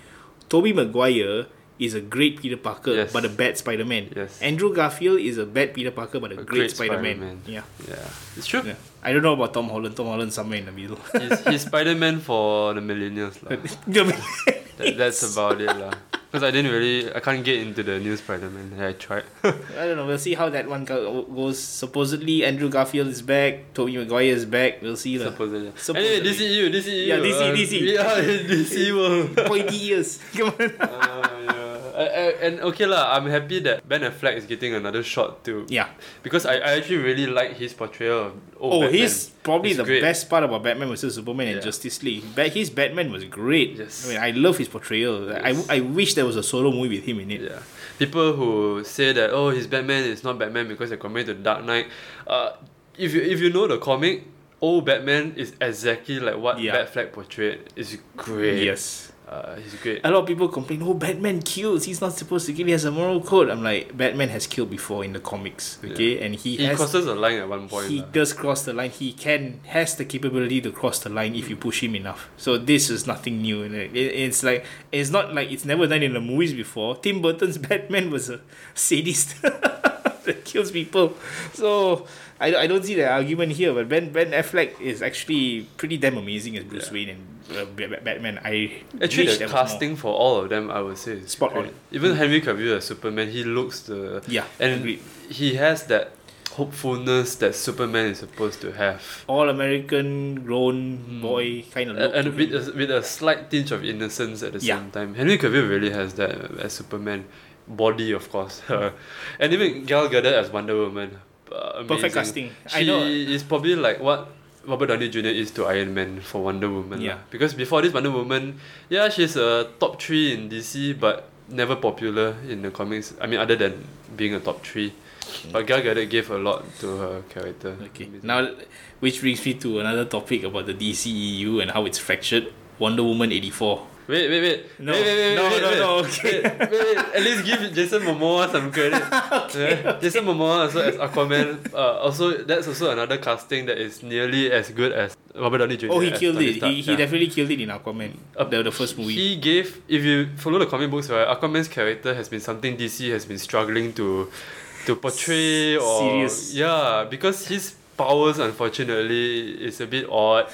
Speaker 2: Toby Maguire is a great Peter Parker,
Speaker 1: Yes.
Speaker 2: but a bad Spider Man.
Speaker 1: Yes.
Speaker 2: Andrew Garfield is a bad Peter Parker, but
Speaker 1: A
Speaker 2: a,
Speaker 1: great
Speaker 2: great, Spider
Speaker 1: Spider-Man.
Speaker 2: Man. Yeah.
Speaker 1: yeah, it's true.
Speaker 2: yeah, I don't know about Tom Holland. Tom Holland somewhere in the middle. [LAUGHS]
Speaker 1: He's, he's Spider Man for the millennials. lah. That, that's about it. Because I didn't really, I can't get into the new Spider Man. I
Speaker 2: [LAUGHS]
Speaker 1: tried.
Speaker 2: I don't know. We'll see how that one go- goes. Supposedly Andrew Garfield is back. Toby Maguire is back. We'll see. lah.
Speaker 1: Supposedly.
Speaker 2: Supposedly.
Speaker 1: Anyway, DCEU, DCEU.
Speaker 2: Yeah, DC,
Speaker 1: uh,
Speaker 2: DC.
Speaker 1: Yeah, [LAUGHS] DCEU.
Speaker 2: Pointy ears. Come on.
Speaker 1: uh, yeah. I, I, and okay lah, I'm happy that Ben Affleck is getting another shot too.
Speaker 2: Yeah.
Speaker 1: Because I, I actually really like his portrayal of old
Speaker 2: Oh,
Speaker 1: Batman.
Speaker 2: he's probably
Speaker 1: He's
Speaker 2: the
Speaker 1: great.
Speaker 2: best part about Batman vs Superman and
Speaker 1: Yeah.
Speaker 2: Justice League. Ba- his Batman was great.
Speaker 1: Yes.
Speaker 2: I mean, I love his portrayal.
Speaker 1: Yes.
Speaker 2: I, I wish there was a solo movie with him in it.
Speaker 1: Yeah. People who say that oh his Batman is not Batman because they're comparing to Dark Knight. Uh if you if you know the comic, old Batman is exactly like what
Speaker 2: Yeah.
Speaker 1: Bat Flag portrayed. It's great.
Speaker 2: Yes.
Speaker 1: Uh he's great.
Speaker 2: A lot of people complain, oh, Batman kills. He's not supposed to kill. He has a moral code. I'm like, Batman has killed before in the comics, okay? And he,
Speaker 1: He
Speaker 2: has.
Speaker 1: crosses a line at one point. uh.
Speaker 2: he
Speaker 1: lah.
Speaker 2: does cross the line. He can has the capability to cross the line if you push him enough. So this is nothing new. and It, it- it's like it's not like it's never done in the movies before. Tim Burton's [LAUGHS] Batman was a sadist [LAUGHS] that kills people. So I, don't- I don't see the argument here. But Ben Ben Affleck is actually pretty damn amazing as Bruce
Speaker 1: Yeah.
Speaker 2: Wayne and uh, Ba- Ba- Batman. I
Speaker 1: Actually,
Speaker 2: wish
Speaker 1: the
Speaker 2: there was more.
Speaker 1: casting for all of them, I would say, is
Speaker 2: Spot
Speaker 1: great.
Speaker 2: on.
Speaker 1: Even Henry Cavill as Superman, he looks the
Speaker 2: Yeah,
Speaker 1: and
Speaker 2: agreed.
Speaker 1: he has that hopefulness that Superman is supposed to have,
Speaker 2: All American grown boy kind of
Speaker 1: and,
Speaker 2: look.
Speaker 1: and
Speaker 2: to
Speaker 1: with
Speaker 2: him.
Speaker 1: Hmm. a, with a slight tinge of innocence at the
Speaker 2: Yeah.
Speaker 1: same time. Henry Cavill really has that as Superman, body of course, [LAUGHS] and even Gal Gadot as Wonder Woman. Uh,
Speaker 2: Perfect
Speaker 1: amazing.
Speaker 2: casting.
Speaker 1: She
Speaker 2: I know.
Speaker 1: is probably like what Robert Downey Jr. is to Iron Man for Wonder Woman. lah.
Speaker 2: Yeah.
Speaker 1: Because before this Wonder Woman, yeah, she's a top three in DC, but never popular in the comics. I mean, other than being a top three. But Gal Gadot gave a lot to her character.
Speaker 2: Okay. Now, which brings me to another topic about the DCEU and how it's fractured. Wonder Woman 84.
Speaker 1: Wait, wait, wait.
Speaker 2: No.
Speaker 1: wait, wait, wait,
Speaker 2: No,
Speaker 1: wait,
Speaker 2: no,
Speaker 1: wait.
Speaker 2: no, okay.
Speaker 1: Wait, wait, wait. At least give Jason Momoa some
Speaker 2: [LAUGHS]
Speaker 1: credit. Yeah. Jason Momoa also as Aquaman. Uh, also, that's also another casting that is nearly as good as Robert Downey Jr.
Speaker 2: Oh, he
Speaker 1: as
Speaker 2: killed
Speaker 1: Tony
Speaker 2: it.
Speaker 1: Stark.
Speaker 2: He, he
Speaker 1: Yeah.
Speaker 2: definitely killed it in Aquaman.
Speaker 1: Uh,
Speaker 2: the, the first movie.
Speaker 1: He gave, if you follow the comic books, right, Aquaman's character has been something DC has been struggling to to portray or
Speaker 2: Serious.
Speaker 1: yeah, because his powers unfortunately is a bit
Speaker 2: [LAUGHS]
Speaker 1: odd,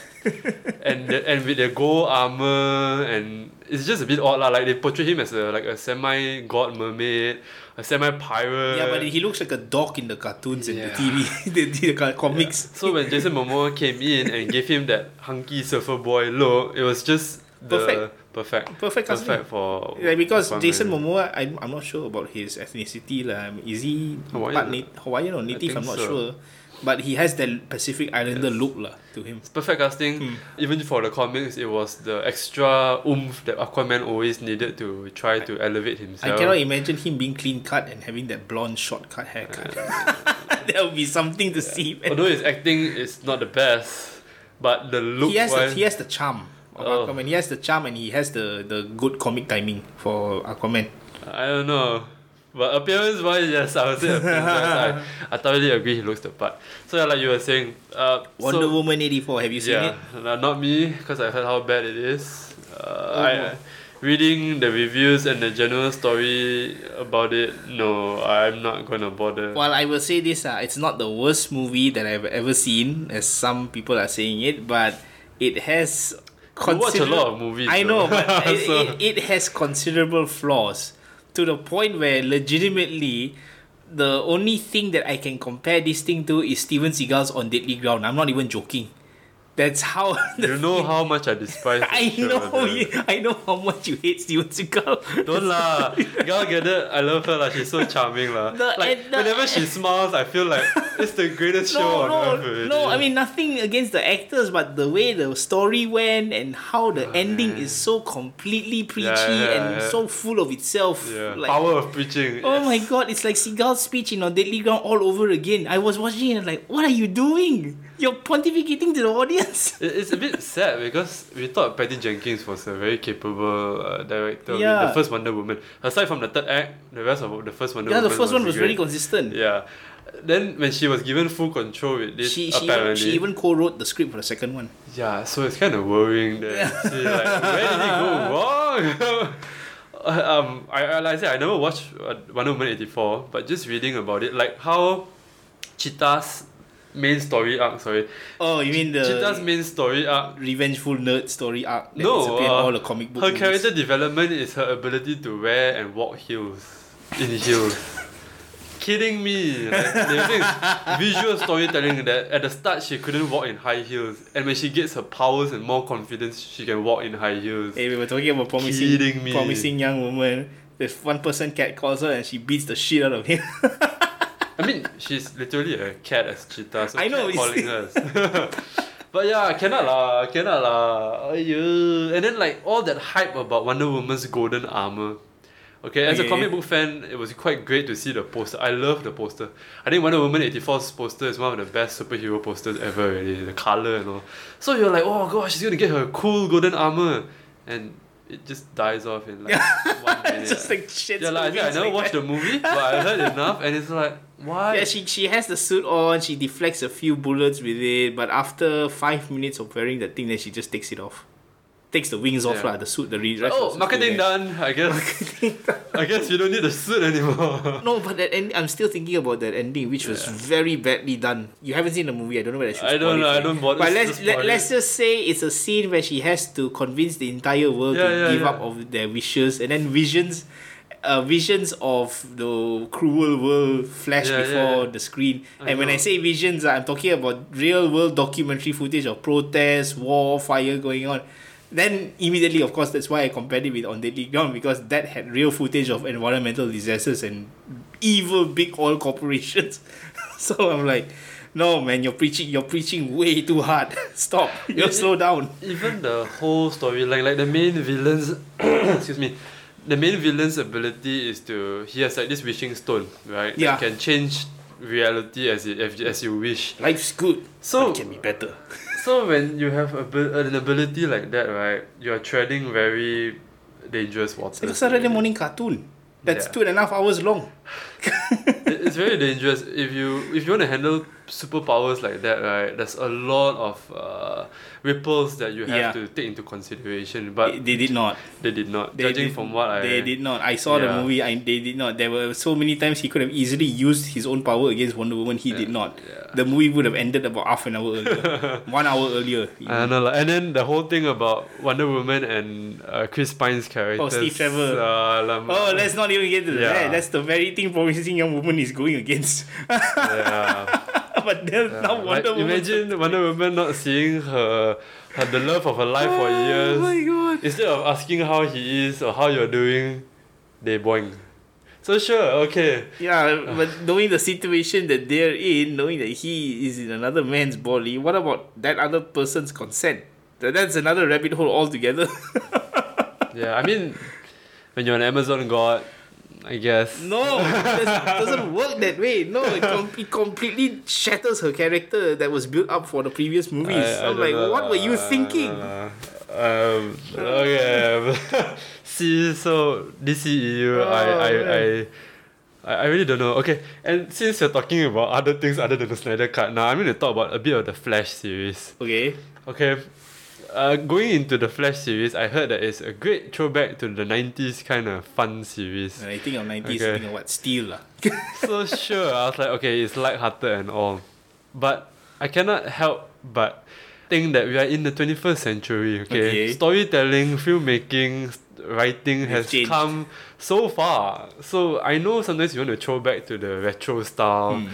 Speaker 1: and the, and with the gold armor and it's just a bit odd lah. Like they portray him as a like a semi god mermaid, a semi pirate.
Speaker 2: yeah, but he looks like a dog in the cartoons and the
Speaker 1: Yeah.
Speaker 2: TV, [LAUGHS] the, the, co- comics.
Speaker 1: So
Speaker 2: [LAUGHS]
Speaker 1: when Jason Momoa came in and gave him that hunky surfer boy look, it was just the
Speaker 2: Perfect.
Speaker 1: perfect,
Speaker 2: Perfect casting.
Speaker 1: perfect for
Speaker 2: Like because
Speaker 1: Aquaman.
Speaker 2: Jason Momoa, I'm, I'm not sure about his ethnicity. lah. Is he
Speaker 1: Hawaiian.
Speaker 2: part nat- Hawaiian or native?
Speaker 1: think
Speaker 2: I'm not
Speaker 1: so.
Speaker 2: sure. But he has that Pacific Islander look lah to him.
Speaker 1: It's perfect casting.
Speaker 2: Hmm.
Speaker 1: Even for the comics, it was the extra oomph that Aquaman always needed to try to elevate himself.
Speaker 2: I cannot imagine him being clean cut and having that blonde shortcut [LAUGHS] haircut. that would be something to see. man.
Speaker 1: Although his acting is not the best, but the look
Speaker 2: he has the,
Speaker 1: wise,
Speaker 2: he has the charm of
Speaker 1: Oh.
Speaker 2: Aquaman. He has the charm and he has the, the good comic timing for Aquaman.
Speaker 1: I don't know. But appearance wise, yes, I would say appearance
Speaker 2: [LAUGHS]
Speaker 1: wise, I, I totally agree he looks the part. So yeah, like you were saying, uh,
Speaker 2: Wonder
Speaker 1: so,
Speaker 2: Woman eighty four. Have you seen
Speaker 1: yeah,
Speaker 2: it?
Speaker 1: no, not me because I heard how bad it is. Uh,
Speaker 2: Oh,
Speaker 1: I,
Speaker 2: no.
Speaker 1: reading the reviews and the general story about it, no, I'm not gonna bother.
Speaker 2: Well, I will say this: uh, it's not the worst movie that I've ever seen, as some people are saying it, but it has.
Speaker 1: You watch a
Speaker 2: considerable-
Speaker 1: lot of movies.
Speaker 2: I
Speaker 1: though.
Speaker 2: know,
Speaker 1: [LAUGHS]
Speaker 2: but it,
Speaker 1: So-
Speaker 2: it, it has considerable flaws to the point where legitimately the only thing that I can compare this thing to is Steven Seagal's On Deadly Ground. I'm not even joking. That's how [LAUGHS]
Speaker 1: you know how much I despise. that
Speaker 2: I
Speaker 1: show,
Speaker 2: know
Speaker 1: though.
Speaker 2: you, I know how much you hate Steven Seagal. [LAUGHS]
Speaker 1: Don't lah. Gal Gadot, I love her lah. She's so charming lah.
Speaker 2: The-
Speaker 1: Like
Speaker 2: and the-
Speaker 1: whenever she smiles, I feel like it's the greatest show on earth.
Speaker 2: [LAUGHS] No, no,
Speaker 1: already.
Speaker 2: no. I mean nothing against the actors, but the way the story went and how the ending is so completely preachy
Speaker 1: yeah,
Speaker 2: and
Speaker 1: yeah.
Speaker 2: so full of itself.
Speaker 1: yeah.
Speaker 2: like-
Speaker 1: power of preaching. yes.
Speaker 2: Oh my god, it's like Seagal's speech in On Deadly Ground all over again. I was watching it and like, what are you doing? You're pontificating to the
Speaker 1: [LAUGHS]
Speaker 2: audience.
Speaker 1: It- It's a bit sad because we thought Patty Jenkins was a very capable uh, director. I mean,
Speaker 2: Yeah.
Speaker 1: the first Wonder Woman. Aside from the third act, the rest of the first Wonder
Speaker 2: yeah,
Speaker 1: Woman.
Speaker 2: the first one was
Speaker 1: great.
Speaker 2: very consistent.
Speaker 1: Yeah. Then when she was given full control with this,
Speaker 2: she, she, even,
Speaker 1: apparently.
Speaker 2: she even co-wrote the script for the second one.
Speaker 1: Yeah, so it's kind of worrying that see, like, where did it go wrong? [LAUGHS] um, I, I like I said I never watched uh, Wonder Woman eighty four, but just reading about it, like how Cheetah's main story arc, sorry,
Speaker 2: Oh, you mean the
Speaker 1: Cheetah's main story arc,
Speaker 2: revengeful nerd story arc that
Speaker 1: No,
Speaker 2: disappeared in
Speaker 1: uh,
Speaker 2: all the comic book
Speaker 1: her
Speaker 2: movies?
Speaker 1: character development is her ability to wear and walk heels in heels.
Speaker 2: [LAUGHS]
Speaker 1: Kidding me! Like, the thing is, visual storytelling that at the start she couldn't walk in high heels, and when she gets her powers and more confidence, she can walk in high heels.
Speaker 2: Hey, we were talking about
Speaker 1: Kidding
Speaker 2: promising,
Speaker 1: me.
Speaker 2: promising young woman. If one person cat calls her and she beats the shit out of him. [LAUGHS]
Speaker 1: I mean, she's literally a cat as cheetah, so
Speaker 2: I know,
Speaker 1: cat
Speaker 2: it's-
Speaker 1: calling
Speaker 2: [LAUGHS]
Speaker 1: us. [LAUGHS] but yeah, cannot lah, cannot lah. Aiyo. And then like all that hype about Wonder Woman's golden armor. Okay, as a
Speaker 2: Okay.
Speaker 1: comic book fan, it was quite great to see the poster. I love the poster. I think Wonder Woman 84's poster is one of the best superhero posters ever, really. The color and all. So you're like, oh gosh, she's gonna get her cool golden armor. And it just dies off in
Speaker 2: [LAUGHS]
Speaker 1: like one minute.
Speaker 2: It's just like shit.
Speaker 1: yeah, like, I, think I never watched the movie, but I heard enough, and it's like, why?
Speaker 2: Yeah, she, she has the suit on, she deflects a few bullets with it, but after five minutes of wearing the thing, then she just takes it off. Takes the wings off,
Speaker 1: Yeah.
Speaker 2: lah, the suit, the re- rest of the
Speaker 1: oh,
Speaker 2: suit
Speaker 1: marketing
Speaker 2: there.
Speaker 1: done. I
Speaker 2: [LAUGHS]
Speaker 1: guess. I guess you don't need a suit anymore.
Speaker 2: No, but that end, I'm still thinking about that ending, which was
Speaker 1: Yeah.
Speaker 2: very badly done. You haven't seen the movie. I don't know whether I should.
Speaker 1: I don't
Speaker 2: spoil it
Speaker 1: know,
Speaker 2: for
Speaker 1: I
Speaker 2: you.
Speaker 1: don't bother
Speaker 2: But
Speaker 1: to
Speaker 2: let's
Speaker 1: spoil
Speaker 2: let,
Speaker 1: it.
Speaker 2: let's just say it's a scene where she has to convince the entire world
Speaker 1: Yeah,
Speaker 2: to
Speaker 1: yeah,
Speaker 2: give
Speaker 1: yeah.
Speaker 2: up of their wishes, and then visions, uh, visions of the cruel world flash
Speaker 1: Yeah, yeah,
Speaker 2: before
Speaker 1: yeah.
Speaker 2: the screen.
Speaker 1: I
Speaker 2: and when I
Speaker 1: know.
Speaker 2: say visions, I'm talking about real world documentary footage of protests, war, fire going on. Then immediately, of course, that's why I compared it with On Deadly Ground because that had real footage of environmental disasters and evil big oil corporations. [LAUGHS] so I'm like, no man, you're preaching, you're preaching way too hard. [LAUGHS] Stop, you
Speaker 1: It-
Speaker 2: slow down.
Speaker 1: Even the whole storyline, like the main villain's, [COUGHS] excuse me, the main villain's ability is to he has like this wishing stone, right? that
Speaker 2: Yeah.
Speaker 1: can change reality as it as, as you wish.
Speaker 2: Life's good,
Speaker 1: So
Speaker 2: but it can be better.
Speaker 1: so when you have abi- an ability like that, right? You are treading very dangerous
Speaker 2: It's
Speaker 1: water.
Speaker 2: like a Saturday morning cartoon. That's
Speaker 1: Yeah.
Speaker 2: two and a half hours long.
Speaker 1: It- it's very dangerous if you if you want to handle superpowers like that right there's a lot of uh, ripples that you have
Speaker 2: Yeah.
Speaker 1: to take into consideration but
Speaker 2: they did not.
Speaker 1: they did not
Speaker 2: They
Speaker 1: judging
Speaker 2: did-
Speaker 1: from what i
Speaker 2: They did not. I saw the
Speaker 1: Yeah.
Speaker 2: movie. I they did not. There were so many times he could have easily used his own power against Wonder Woman. He did not.
Speaker 1: yeah.
Speaker 2: The movie would have ended about half an hour
Speaker 1: [LAUGHS]
Speaker 2: earlier, one hour earlier.
Speaker 1: I don't know, like, and then the whole thing about Wonder Woman and uh, Chris Pine's character.
Speaker 2: Oh, Trevor.
Speaker 1: Uh, like,
Speaker 2: Oh, let's not even get to
Speaker 1: Yeah.
Speaker 2: that. That's the very thing promising young woman is going against. [LAUGHS]
Speaker 1: yeah.
Speaker 2: but then
Speaker 1: yeah.
Speaker 2: now
Speaker 1: Like,
Speaker 2: Wonder Woman.
Speaker 1: imagine Wonder Woman not seeing her, her the love of her life for
Speaker 2: Oh
Speaker 1: years.
Speaker 2: my god.
Speaker 1: Instead of asking how he is or how you're doing, they boing. So sure, okay. [LAUGHS]
Speaker 2: Yeah, but knowing the situation that they're in, knowing that he is in another man's body, what about that other person's consent? Th- That's another rabbit hole altogether. [LAUGHS]
Speaker 1: Yeah, I mean, when you're an Amazon god, I guess.
Speaker 2: No, it doesn't work that way. No, it, com- it completely shatters her character that was built up for the previous movies.
Speaker 1: I- I
Speaker 2: I'm
Speaker 1: don't
Speaker 2: like,
Speaker 1: know,
Speaker 2: Oh
Speaker 1: Uh,
Speaker 2: what were you
Speaker 1: I don't
Speaker 2: thinking?
Speaker 1: know. Um, okay. um, [LAUGHS] See, so DCEU, I,
Speaker 2: Oh,
Speaker 1: I,
Speaker 2: man.
Speaker 1: I, I, I really don't know. Okay, and since you're talking about other things other than the Snyder Cut, now I'm going to talk about a bit of the Flash series.
Speaker 2: Okay.
Speaker 1: Okay. Uh, going into the Flash series, I heard that it's a great throwback to the 90s kind of fun series.
Speaker 2: I think of 90s, I
Speaker 1: Okay.
Speaker 2: think of what? Steel. [LAUGHS] lah.
Speaker 1: [LAUGHS] so sure, I was like, okay, it's lighthearted and all. But I cannot help but think that we are in the 21st century, okay?
Speaker 2: Okay.
Speaker 1: Storytelling, filmmaking, s- writing has
Speaker 2: changed.
Speaker 1: come so far. So I know sometimes you want to throw back to the retro style,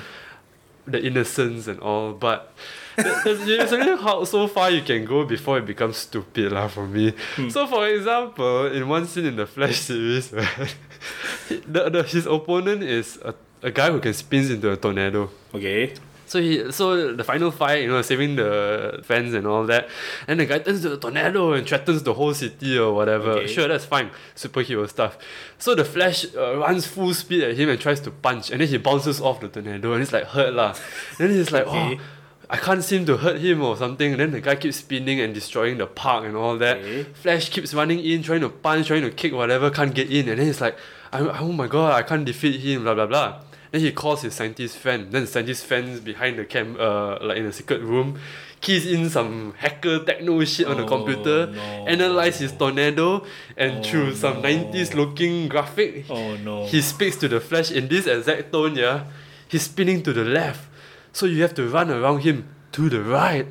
Speaker 1: the innocence and all, but there- there's, there's only how so far you can go before it becomes stupid lah for me. So for example, in one scene in the Flash series, [LAUGHS] right, the, the, his opponent is a, a guy who can spin into a tornado.
Speaker 2: Okay.
Speaker 1: So he so the final fight, you know, saving the fans and all that. And the guy turns to the tornado and threatens the whole city or whatever.
Speaker 2: Okay.
Speaker 1: Sure, that's fine. Superhero stuff. So the Flash uh, runs full speed at him and tries to punch, and then he bounces off the tornado and it's like hurt lah. Then he's like,
Speaker 2: Okay.
Speaker 1: oh. I can't seem to hurt him or something. And then the guy keeps spinning and destroying the park and all that.
Speaker 2: Okay.
Speaker 1: Flash keeps running in, trying to punch, trying to kick, whatever, can't get in. And then he's like, I, oh my god, I can't defeat him, blah, blah, blah. Then he calls his scientist friend. Then the scientist friend's behind the cam, uh, like in a secret room, keys in some hacker techno shit on the
Speaker 2: Oh,
Speaker 1: computer,
Speaker 2: no.
Speaker 1: analyze his tornado, and
Speaker 2: Oh,
Speaker 1: through some
Speaker 2: no.
Speaker 1: 90s looking graphic,
Speaker 2: Oh no.
Speaker 1: he speaks to the flash in this exact tone, yeah. He's spinning to the left. So you have to run around him to the right.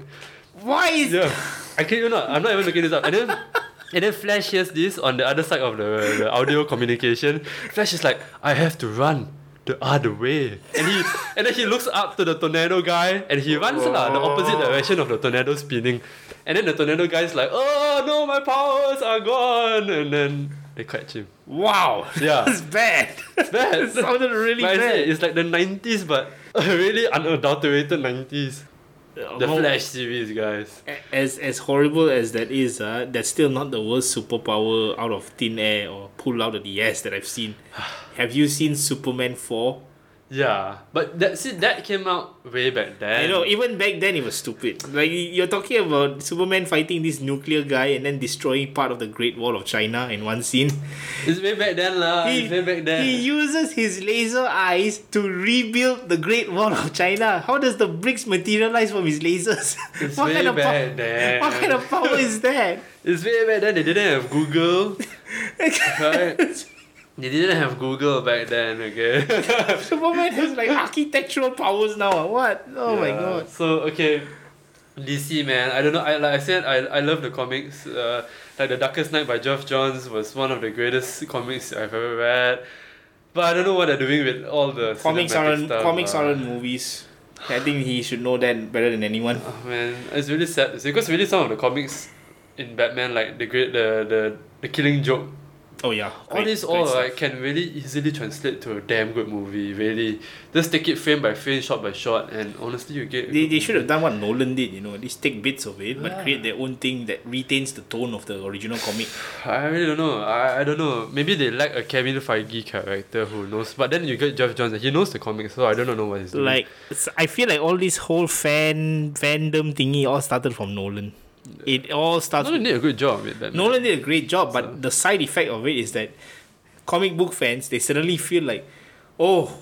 Speaker 2: Why is
Speaker 1: Yeah. I kid you not. I'm not even making this up. And then [LAUGHS] and then Flash hears this on the other side of the, the audio communication. Flash is like, I have to run the other way. And he and then he looks up to the tornado guy and he runs lah the opposite direction of the tornado spinning. And then the tornado guy is like, Oh no, my powers are gone and then they catch him.
Speaker 2: Wow.
Speaker 1: Yeah.
Speaker 2: [LAUGHS] That's bad. It's
Speaker 1: bad. [LAUGHS]
Speaker 2: it sounded really
Speaker 1: Like I said,
Speaker 2: bad.
Speaker 1: it's like the 90s, but [LAUGHS] really unadulterated 90s. The
Speaker 2: Oh,
Speaker 1: Flash series, guys.
Speaker 2: As as horrible as that is, uh, that's still not the worst superpower out of thin air or pulled out of the ass that I've
Speaker 1: [SIGHS]
Speaker 2: seen. Have you seen Superman four?
Speaker 1: Yeah, but that see that came out way back then.
Speaker 2: I know. Even back then, it was stupid. Like y- you're talking about Superman fighting this nuclear guy and then destroying part of the Great Wall of China in
Speaker 1: [LAUGHS]
Speaker 2: one scene.
Speaker 1: it's way back then lah.
Speaker 2: He,
Speaker 1: It's way back then.
Speaker 2: he uses his laser eyes to rebuild the Great Wall of China. How does the bricks materialize from his lasers?
Speaker 1: It's
Speaker 2: [LAUGHS] what
Speaker 1: way
Speaker 2: kind of
Speaker 1: back
Speaker 2: pow-
Speaker 1: then.
Speaker 2: What kind of power is that?
Speaker 1: it's way back then. They didn't have
Speaker 2: [LAUGHS]
Speaker 1: Google. right? They didn't have Google back then. Okay. [LAUGHS]
Speaker 2: Superman has like architectural powers now. ah. What? Oh my
Speaker 1: Yeah.
Speaker 2: god.
Speaker 1: So okay, DC man. I don't know. I like I said I I love the comics. Uh, like the Darkest Night by Geoff Johns was one of the greatest comics I've ever read. But I don't know what they're doing with all the
Speaker 2: Comics
Speaker 1: cinematic
Speaker 2: aren't
Speaker 1: stuff,
Speaker 2: comics
Speaker 1: uh.
Speaker 2: aren't movies. I think he should know that better than anyone.
Speaker 1: Oh man, it's really sad to see because really some of the comics in Batman like the great the the, the Killing Joke
Speaker 2: Oh yeah.
Speaker 1: all
Speaker 2: Great-
Speaker 1: this
Speaker 2: great
Speaker 1: all
Speaker 2: stuff.
Speaker 1: like, can really easily translate to a damn good movie. Really, just take it frame by frame, shot by shot, and honestly, you get. a
Speaker 2: They,
Speaker 1: good
Speaker 2: they should have
Speaker 1: movie.
Speaker 2: done what Nolan did, you know, at least take bits of it, but
Speaker 1: Yeah.
Speaker 2: create their own thing that retains the tone of the original comic.
Speaker 1: I really don't know. I, I don't know. Maybe they lack a Kevin Feige character who knows. But then you get Jeff Johns. and He knows the comics, so I don't know what he's doing.
Speaker 2: like it's- I feel like all this whole fan fandom thingy all started from Nolan. It all starts.
Speaker 1: Nolan did a good job with Batman.
Speaker 2: Nolan did a great job, but the side effect of it is that comic book fans they suddenly feel like, oh,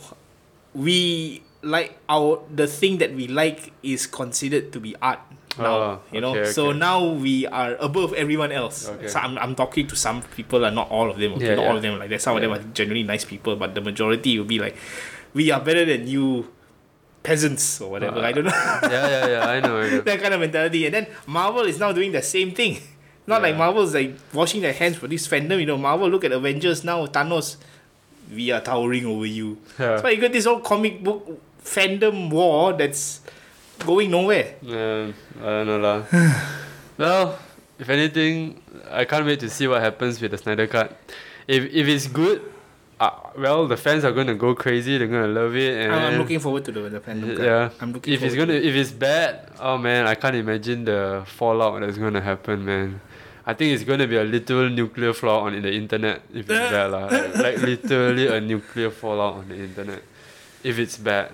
Speaker 2: we like our the thing that we like is considered to be art now.
Speaker 1: Ah,
Speaker 2: you know,
Speaker 1: okay,
Speaker 2: so
Speaker 1: okay.
Speaker 2: now we are above everyone else.
Speaker 1: Okay.
Speaker 2: So I'm, I'm talking to some people, and not all of them. Okay,
Speaker 1: Yeah,
Speaker 2: not
Speaker 1: yeah.
Speaker 2: all of them are like that. Some
Speaker 1: Yeah.
Speaker 2: of them are generally nice people, but the majority will be like, we are better than you, peasants or whatever.
Speaker 1: Ah.
Speaker 2: I don't know. [LAUGHS]
Speaker 1: yeah, yeah, yeah. I know. I know.
Speaker 2: that kind of mentality. And then Marvel is now doing the same thing. [LAUGHS] Not like
Speaker 1: Yeah.
Speaker 2: Marvel's like washing their hands for this fandom. You know, Marvel look at Avengers now, Thanos, we are towering over you.
Speaker 1: Yeah.
Speaker 2: [LAUGHS] That's why you got this whole comic book fandom war that's going nowhere.
Speaker 1: Um, I don't know
Speaker 2: [SIGHS]
Speaker 1: lah. well, if anything, I can't wait to see what happens with the Snyder Cut. If if it's good, uh, well, the fans are going to go crazy. They're going to love it. And
Speaker 2: I'm, I'm looking forward to the, the fandom. cut.
Speaker 1: Yeah.
Speaker 2: I'm looking
Speaker 1: If it's
Speaker 2: forward
Speaker 1: gonna, if it's bad, oh man, I can't imagine the fallout that's gonna happen, man. I think it's gonna be a literal nuclear flaw on in the internet if it's bad, lah. Like literally a nuclear fallout on the internet if it's bad.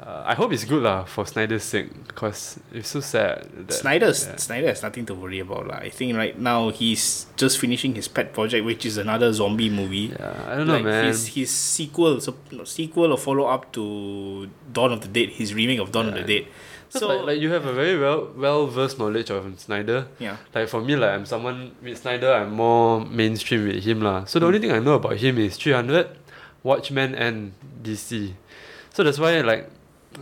Speaker 1: Uh, I hope it's good lah for Snyder's sake, cause it's so sad. That,
Speaker 2: Snyder's
Speaker 1: yeah.
Speaker 2: Snyder has nothing to worry about. lah. I think right now he's just finishing his pet project, which is another zombie movie.
Speaker 1: Yeah, I don't know,
Speaker 2: like
Speaker 1: man.
Speaker 2: His, his sequel, so, no, sequel or follow up to Dawn of the Dead, his remake of Dawn of the Dead. So
Speaker 1: so like, like you have a very well well versed knowledge of Snyder.
Speaker 2: yeah,
Speaker 1: Like for me, like I'm someone with Snyder, I'm more mainstream with him lah. So the only thing I know about him is 300, Watchmen, and DC. So that's why like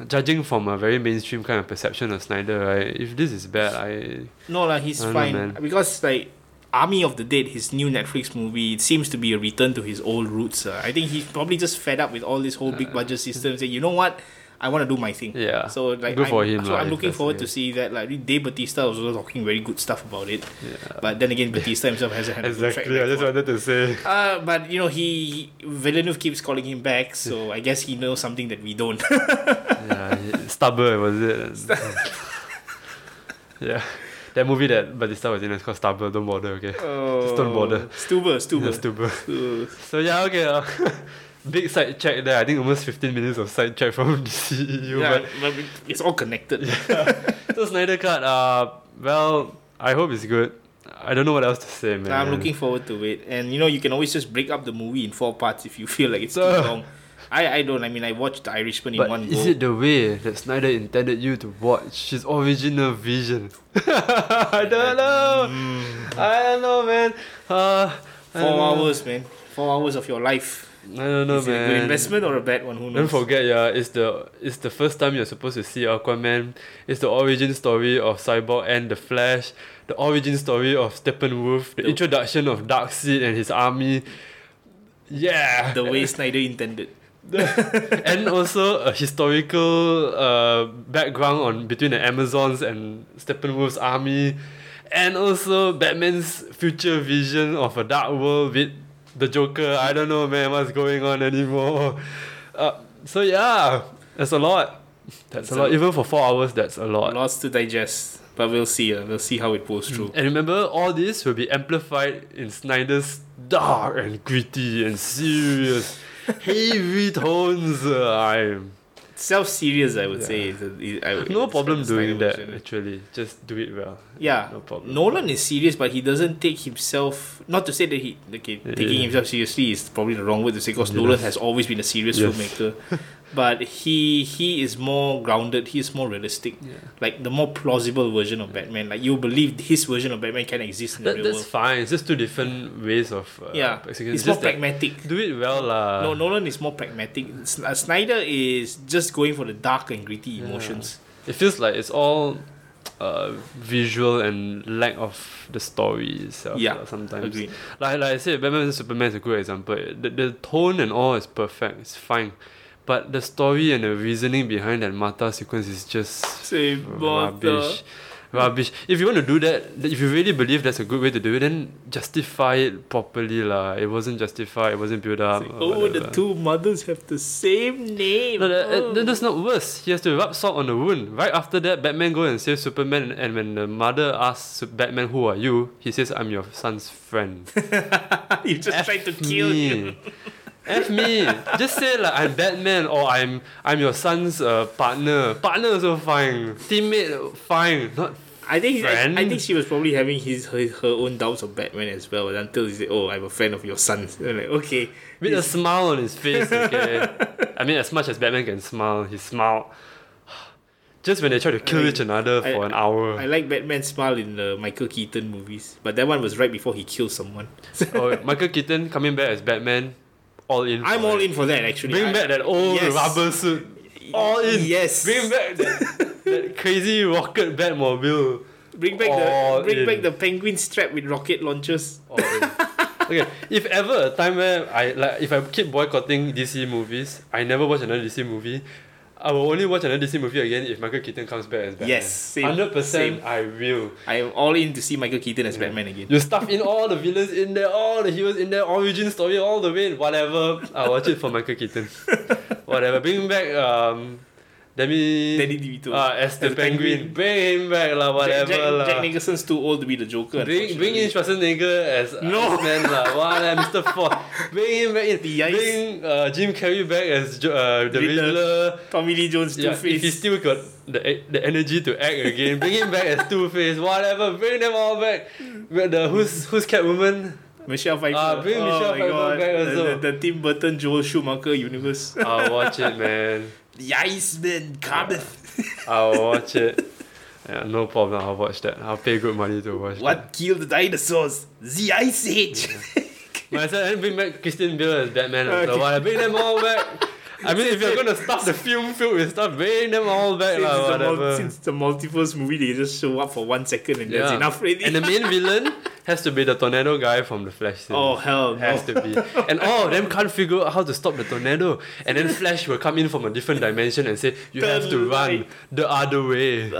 Speaker 1: judging from a very mainstream kind of perception of Snyder, right? If this is bad, I
Speaker 2: no lah, he's
Speaker 1: I don't know,
Speaker 2: fine
Speaker 1: man.
Speaker 2: because like Army of the Dead, his new Netflix movie, it seems to be a return to his old roots. ah. I think he's probably just fed up with all this whole big budget system. Say, you know what, I want to do my thing.
Speaker 1: yeah.
Speaker 2: So like
Speaker 1: Good
Speaker 2: I'm,
Speaker 1: for him
Speaker 2: so
Speaker 1: lah,
Speaker 2: I'm
Speaker 1: if
Speaker 2: looking
Speaker 1: that's
Speaker 2: forward
Speaker 1: the
Speaker 2: to see that. Like Dave Batista was also talking very good stuff about it,
Speaker 1: yeah.
Speaker 2: but then
Speaker 1: [LAUGHS]
Speaker 2: again, Batista himself hasn't had a good track record.
Speaker 1: wanted to say.
Speaker 2: Uh, but you know he Villeneuve keeps calling him back, so I guess he knows something that
Speaker 1: [LAUGHS]
Speaker 2: we don't.
Speaker 1: yeah, he- stubborn was
Speaker 2: [LAUGHS]
Speaker 1: it? yeah, that movie that Batista was in is called Stubber. Don't bother, okay?
Speaker 2: Oh,
Speaker 1: Just don't bother.
Speaker 2: Stuber,
Speaker 1: Yeah,
Speaker 2: Stuber. [LAUGHS]
Speaker 1: Stubber.
Speaker 2: Stu-
Speaker 1: So yeah, okay. Uh, [LAUGHS] big side check there. I think almost 15 minutes of side check from [LAUGHS] DCEU.
Speaker 2: yeah, but it's all connected.
Speaker 1: But so Snyder Cut, uh, well, I hope it's good. I don't know what else to say, man.
Speaker 2: I'm looking forward to it. And you know, you can always just break up the movie in four parts if you [LAUGHS] feel
Speaker 1: [LAUGHS]
Speaker 2: like it's too
Speaker 1: So-
Speaker 2: long. I, I don't. I mean, I watched The Irishman in
Speaker 1: But
Speaker 2: one
Speaker 1: is
Speaker 2: go.
Speaker 1: it the way that Snyder intended you to watch his original vision? [LAUGHS] I don't know. I don't know, man. Uh, Mm. I
Speaker 2: Four
Speaker 1: don't know.
Speaker 2: hours, man. Four hours of your life.
Speaker 1: I don't know,
Speaker 2: is it
Speaker 1: man.
Speaker 2: a good investment or a bad one? Who knows?
Speaker 1: Don't forget, yeah, it's the it's the first time you're supposed to see Aquaman. It's the origin story of Cyborg and the Flash, the origin story of Steppenwolf, the
Speaker 2: The-
Speaker 1: introduction of Darkseid and his army. Yeah,
Speaker 2: the way Snyder intended.
Speaker 1: [LAUGHS] and also a historical uh, background on between the Amazons and Steppenwolf's army, and also Batman's future vision of a dark world with the Joker. I don't know, man, what's going on anymore. Uh, so yeah, that's a lot. That's, a
Speaker 2: That's a
Speaker 1: lot.
Speaker 2: lot.
Speaker 1: Even for four hours, that's a lot.
Speaker 2: Lots to digest, but we'll see. Uh, we'll see how it pulls through.
Speaker 1: And remember, all this will be amplified in Snyder's dark and gritty and serious, heavy tones. Uh, I'm
Speaker 2: Self serious, I would say. is a- I would-
Speaker 1: No
Speaker 2: it's
Speaker 1: problem
Speaker 2: the Snyder
Speaker 1: doing that,
Speaker 2: version.
Speaker 1: actually. Just do it well.
Speaker 2: Yeah,
Speaker 1: No problem.
Speaker 2: Nolan is serious, but he doesn't take himself. Not to say that he okay,
Speaker 1: Yeah.
Speaker 2: taking himself seriously is probably the wrong word to say because
Speaker 1: Yes.
Speaker 2: Nolan has always been a serious
Speaker 1: Yes.
Speaker 2: filmmaker,
Speaker 1: [LAUGHS]
Speaker 2: but he he is more grounded. He is more realistic,
Speaker 1: Yeah.
Speaker 2: like the more plausible version of Batman. Like you believe his version of Batman can exist in the
Speaker 1: That,
Speaker 2: real
Speaker 1: that's
Speaker 2: world.
Speaker 1: fine. It's just two different ways of uh,
Speaker 2: Yeah,
Speaker 1: executing.
Speaker 2: it's more
Speaker 1: just that- uh,
Speaker 2: pragmatic.
Speaker 1: Do it well, lah.
Speaker 2: no, Nolan is more pragmatic. S- uh, Snyder is just going for the dark and gritty
Speaker 1: Yeah.
Speaker 2: emotions.
Speaker 1: It feels like it's all uh, visual and lack of the story itself.
Speaker 2: Yeah,
Speaker 1: lah, sometimes.
Speaker 2: Agreed.
Speaker 1: Like, like I said, Batman and Superman is a good example. The, the tone and all is perfect. It's fine. But the story and the reasoning behind that Mata sequence is just
Speaker 2: Say, Martha.
Speaker 1: rubbish. Rubbish. If you want to do that, th- if you really believe that's a good way to do it, then justify it properly, lah. It wasn't justified. It wasn't built up.
Speaker 2: It's like,
Speaker 1: or
Speaker 2: oh, the
Speaker 1: whatever.
Speaker 2: two mothers have the same name.
Speaker 1: No, that,
Speaker 2: Oh. [LAUGHS]
Speaker 1: that- that's not worse. He has to rub salt on the wound. Right after that, Batman go and save Superman, and when the mother asks Batman, "Who are you?" he says, "I'm your son's
Speaker 2: [LAUGHS]
Speaker 1: friend."
Speaker 2: you just
Speaker 1: F
Speaker 2: tried to kill
Speaker 1: me.
Speaker 2: him.
Speaker 1: F me. Just say like I'm Batman or I'm I'm your son's uh, partner. Partner also fine. Teammate fine. Not
Speaker 2: I think I,
Speaker 1: friend?
Speaker 2: I think she was probably having his her, her own doubts of Batman as well until he said, "Oh, I'm a friend of your son." [LAUGHS] I'm like, okay,
Speaker 1: with a smile on his face. Okay. I mean, as much as Batman can smile, [SIGHS] he smiled. Just when they try to kill
Speaker 2: I-
Speaker 1: each another
Speaker 2: I-
Speaker 1: for an hour.
Speaker 2: I like Batman's smile in the Michael Keaton movies, but that one was right before he killed someone.
Speaker 1: [LAUGHS] oh, Michael Keaton coming back as Batman, all in.
Speaker 2: I'm
Speaker 1: for
Speaker 2: all
Speaker 1: it.
Speaker 2: in for that actually.
Speaker 1: Bring
Speaker 2: I-
Speaker 1: back that old
Speaker 2: Yes.
Speaker 1: rubber suit. All in.
Speaker 2: Yes.
Speaker 1: Bring back that,
Speaker 2: [LAUGHS]
Speaker 1: that crazy rocket Batmobile.
Speaker 2: Bring back
Speaker 1: all
Speaker 2: the bring
Speaker 1: in.
Speaker 2: back the penguin strap with rocket launchers.
Speaker 1: All in. [LAUGHS] okay, if ever a time where I like, if I keep boycotting DC movies, I never watch another DC movie. I will only watch another DC movie again if Michael Keaton comes back as Batman.
Speaker 2: Yes, same,
Speaker 1: hundred percent.
Speaker 2: same.
Speaker 1: I will.
Speaker 2: I am all in to see Michael Keaton as Batman again.
Speaker 1: You stuff in all the villains in there, all the heroes in there, origin story, all the way, whatever. I'll watch it for Michael
Speaker 2: [LAUGHS]
Speaker 1: Keaton. whatever. Bring back um Demi
Speaker 2: Danny DeVito.
Speaker 1: Ah, as the
Speaker 2: As the
Speaker 1: penguin. Bring him back lah,
Speaker 2: Jack,
Speaker 1: whatever
Speaker 2: Jack,
Speaker 1: lah.
Speaker 2: Jack Nicholson's too old to be the Joker.
Speaker 1: Bring, bring in
Speaker 2: unfortunately.
Speaker 1: Schwarzenegger as
Speaker 2: No.
Speaker 1: Iceman
Speaker 2: [LAUGHS]
Speaker 1: lah. Whatever, Mr. Ford. Bring him back in.
Speaker 2: The ice.
Speaker 1: Bring uh, Jim Carrey back as Jo- uh, the
Speaker 2: Riddler.
Speaker 1: Riddler.
Speaker 2: Tommy Lee Jones
Speaker 1: Yeah,
Speaker 2: Two
Speaker 1: if he
Speaker 2: Face.
Speaker 1: still got the e- the energy to act again, bring him back as Two Face, whatever, bring them all
Speaker 2: [LAUGHS]
Speaker 1: back. With The who's who's Catwoman?
Speaker 2: Michelle Pfeiffer. Oh
Speaker 1: Ah, bring Michelle
Speaker 2: my
Speaker 1: Pfeiffer
Speaker 2: God.
Speaker 1: back
Speaker 2: The-
Speaker 1: also.
Speaker 2: The, the Tim Burton Joel Schumacher universe.
Speaker 1: I'll watch it, man.
Speaker 2: The Iceman cometh.
Speaker 1: I'll watch it. Yeah, no problem. I'll watch that. I'll pay good money to watch. That.
Speaker 2: What killed the dinosaurs? The Ice [LAUGHS] Age.
Speaker 1: Might as well then bring back Christian Bale as Batman. or
Speaker 2: Okay.
Speaker 1: So why bring them all back? I mean, if you're gonna stuff the film filled with stuff, bring them all back,
Speaker 2: since,
Speaker 1: lah.
Speaker 2: the mul-
Speaker 1: Whatever.
Speaker 2: since the multiverse movie, they just show up for one second and that's
Speaker 1: Yeah.
Speaker 2: enough already.
Speaker 1: And the main villain has to be the tornado guy from the Flash. Series.
Speaker 2: [LAUGHS] oh hell no.
Speaker 1: Has to be. And
Speaker 2: [LAUGHS]
Speaker 1: all of them can't figure out how to stop the tornado. And then Flash will come in from a different dimension and say, You
Speaker 2: The
Speaker 1: have to run
Speaker 2: light.
Speaker 1: the other way.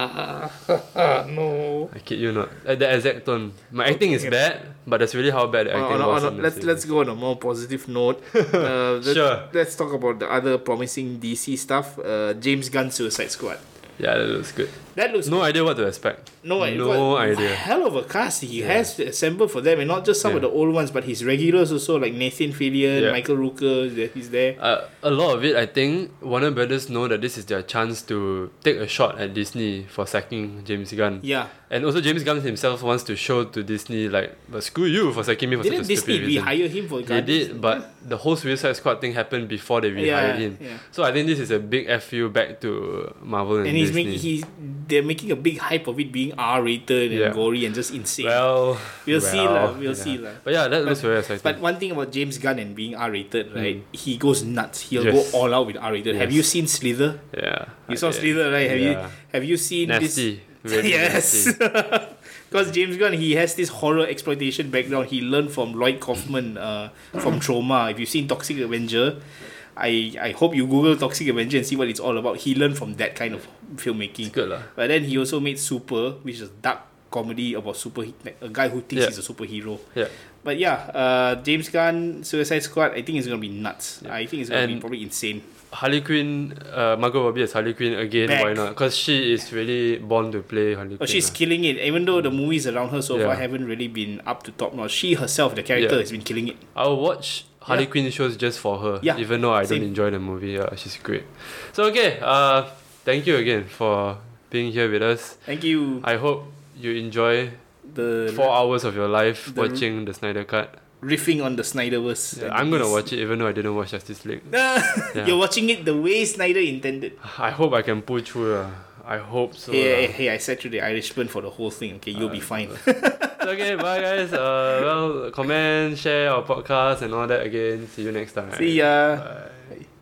Speaker 2: Ah, [LAUGHS] no.
Speaker 1: I kid you not. At the exact tone. My acting is bad, but that's really how bad the
Speaker 2: On-
Speaker 1: acting
Speaker 2: on- on-
Speaker 1: was. in the
Speaker 2: Oh, let's
Speaker 1: series.
Speaker 2: let's go on a more positive
Speaker 1: [LAUGHS]
Speaker 2: note. Uh, let's,
Speaker 1: Sure.
Speaker 2: Let's talk about the other promising DC stuff. Uh, James Gunn Suicide Squad.
Speaker 1: Yeah, that looks good.
Speaker 2: That looks
Speaker 1: No idea what to expect.
Speaker 2: No, it
Speaker 1: No
Speaker 2: was
Speaker 1: idea.
Speaker 2: A hell of a cast he has assembled for them, and not just some of the
Speaker 1: Yeah.
Speaker 2: old ones, but his regulars also, like Nathan Fillion,
Speaker 1: Yeah.
Speaker 2: Michael Rooker. the- He's there.
Speaker 1: Uh, a lot of it, I think, Warner Brothers know that this is their chance to take a shot at Disney for sacking James Gunn.
Speaker 2: Yeah.
Speaker 1: And also, James Gunn himself wants to show to Disney, like, but screw you for sacking me for
Speaker 2: Didn't
Speaker 1: such a
Speaker 2: Disney
Speaker 1: stupid reason.
Speaker 2: rehire him for
Speaker 1: They
Speaker 2: Guardians?
Speaker 1: did, but the whole Suicide Squad thing happened before they rehired
Speaker 2: yeah,
Speaker 1: him.
Speaker 2: yeah.
Speaker 1: So I think this is a big fu back to Marvel and,
Speaker 2: And he's
Speaker 1: Disney.
Speaker 2: making he's they're making a big hype of it being R rated and
Speaker 1: Yeah.
Speaker 2: gory and just insane.
Speaker 1: well,
Speaker 2: We'll see
Speaker 1: well,
Speaker 2: lah, we'll see
Speaker 1: yeah.
Speaker 2: lah.
Speaker 1: But yeah, that looks very exciting.
Speaker 2: But one thing about James Gunn and being R rated, right? He goes nuts. He'll
Speaker 1: Hmm. Yes.
Speaker 2: go all out with R rated. Have
Speaker 1: Yes.
Speaker 2: you seen Slither?
Speaker 1: yeah, I
Speaker 2: You saw
Speaker 1: did.
Speaker 2: Slither, right? Have you
Speaker 1: Yeah.
Speaker 2: have you seen this?
Speaker 1: nasty. Very
Speaker 2: [LAUGHS] yes.
Speaker 1: nasty.
Speaker 2: Because James Gunn, he has this horror exploitation background. He learned from Lloyd Kaufman uh, from Trauma. If you've seen Toxic Avenger, I, I hope you Google Toxic Avenger and see what it's all about. He learned from that kind of
Speaker 1: It's
Speaker 2: filmmaking.
Speaker 1: good lah.
Speaker 2: But then he also made Super, which is a dark comedy about super like, a guy who thinks
Speaker 1: Yeah.
Speaker 2: he's a superhero.
Speaker 1: Yeah.
Speaker 2: But yeah, uh, James Gunn Suicide Squad, I think it's gonna be nuts. I think it's gonna be
Speaker 1: And-
Speaker 2: probably insane.
Speaker 1: Harley Quinn, uh, Margot Robbie as Harley Quinn again.
Speaker 2: Back.
Speaker 1: Why not? Because she is really born to play Harley
Speaker 2: Oh,
Speaker 1: Quinn.
Speaker 2: she's
Speaker 1: lah.
Speaker 2: killing it. Even though the movies around her so
Speaker 1: Yeah.
Speaker 2: far haven't really been up to top notch, she herself, the character,
Speaker 1: Yeah.
Speaker 2: has been killing it.
Speaker 1: I'll watch Harley
Speaker 2: Yeah.
Speaker 1: Quinn shows just for her.
Speaker 2: Yeah,
Speaker 1: Even though I
Speaker 2: same.
Speaker 1: don't enjoy the movie, yeah, she's great. So okay, uh, thank you again for being here with us.
Speaker 2: Thank you.
Speaker 1: I hope you enjoy
Speaker 2: The
Speaker 1: four hours of your life
Speaker 2: the-
Speaker 1: watching the Snyder Cut.
Speaker 2: riffing on the Snyderverse.
Speaker 1: Yeah,
Speaker 2: and
Speaker 1: I'm gonna
Speaker 2: this-
Speaker 1: watch it even though I didn't watch Justice League. Yeah.
Speaker 2: [LAUGHS] You're watching it the way Snyder intended.
Speaker 1: I hope I can pull through. Uh, I hope so. uh,
Speaker 2: hey, hey,
Speaker 1: lah.
Speaker 2: hey, I said to the Irishman for the whole thing. Okay, you'll be fine.
Speaker 1: uh, So, okay, bye guys. Uh, well, comment, share our podcast and all that again. See you next time.
Speaker 2: [LAUGHS] See ya.
Speaker 1: Bye.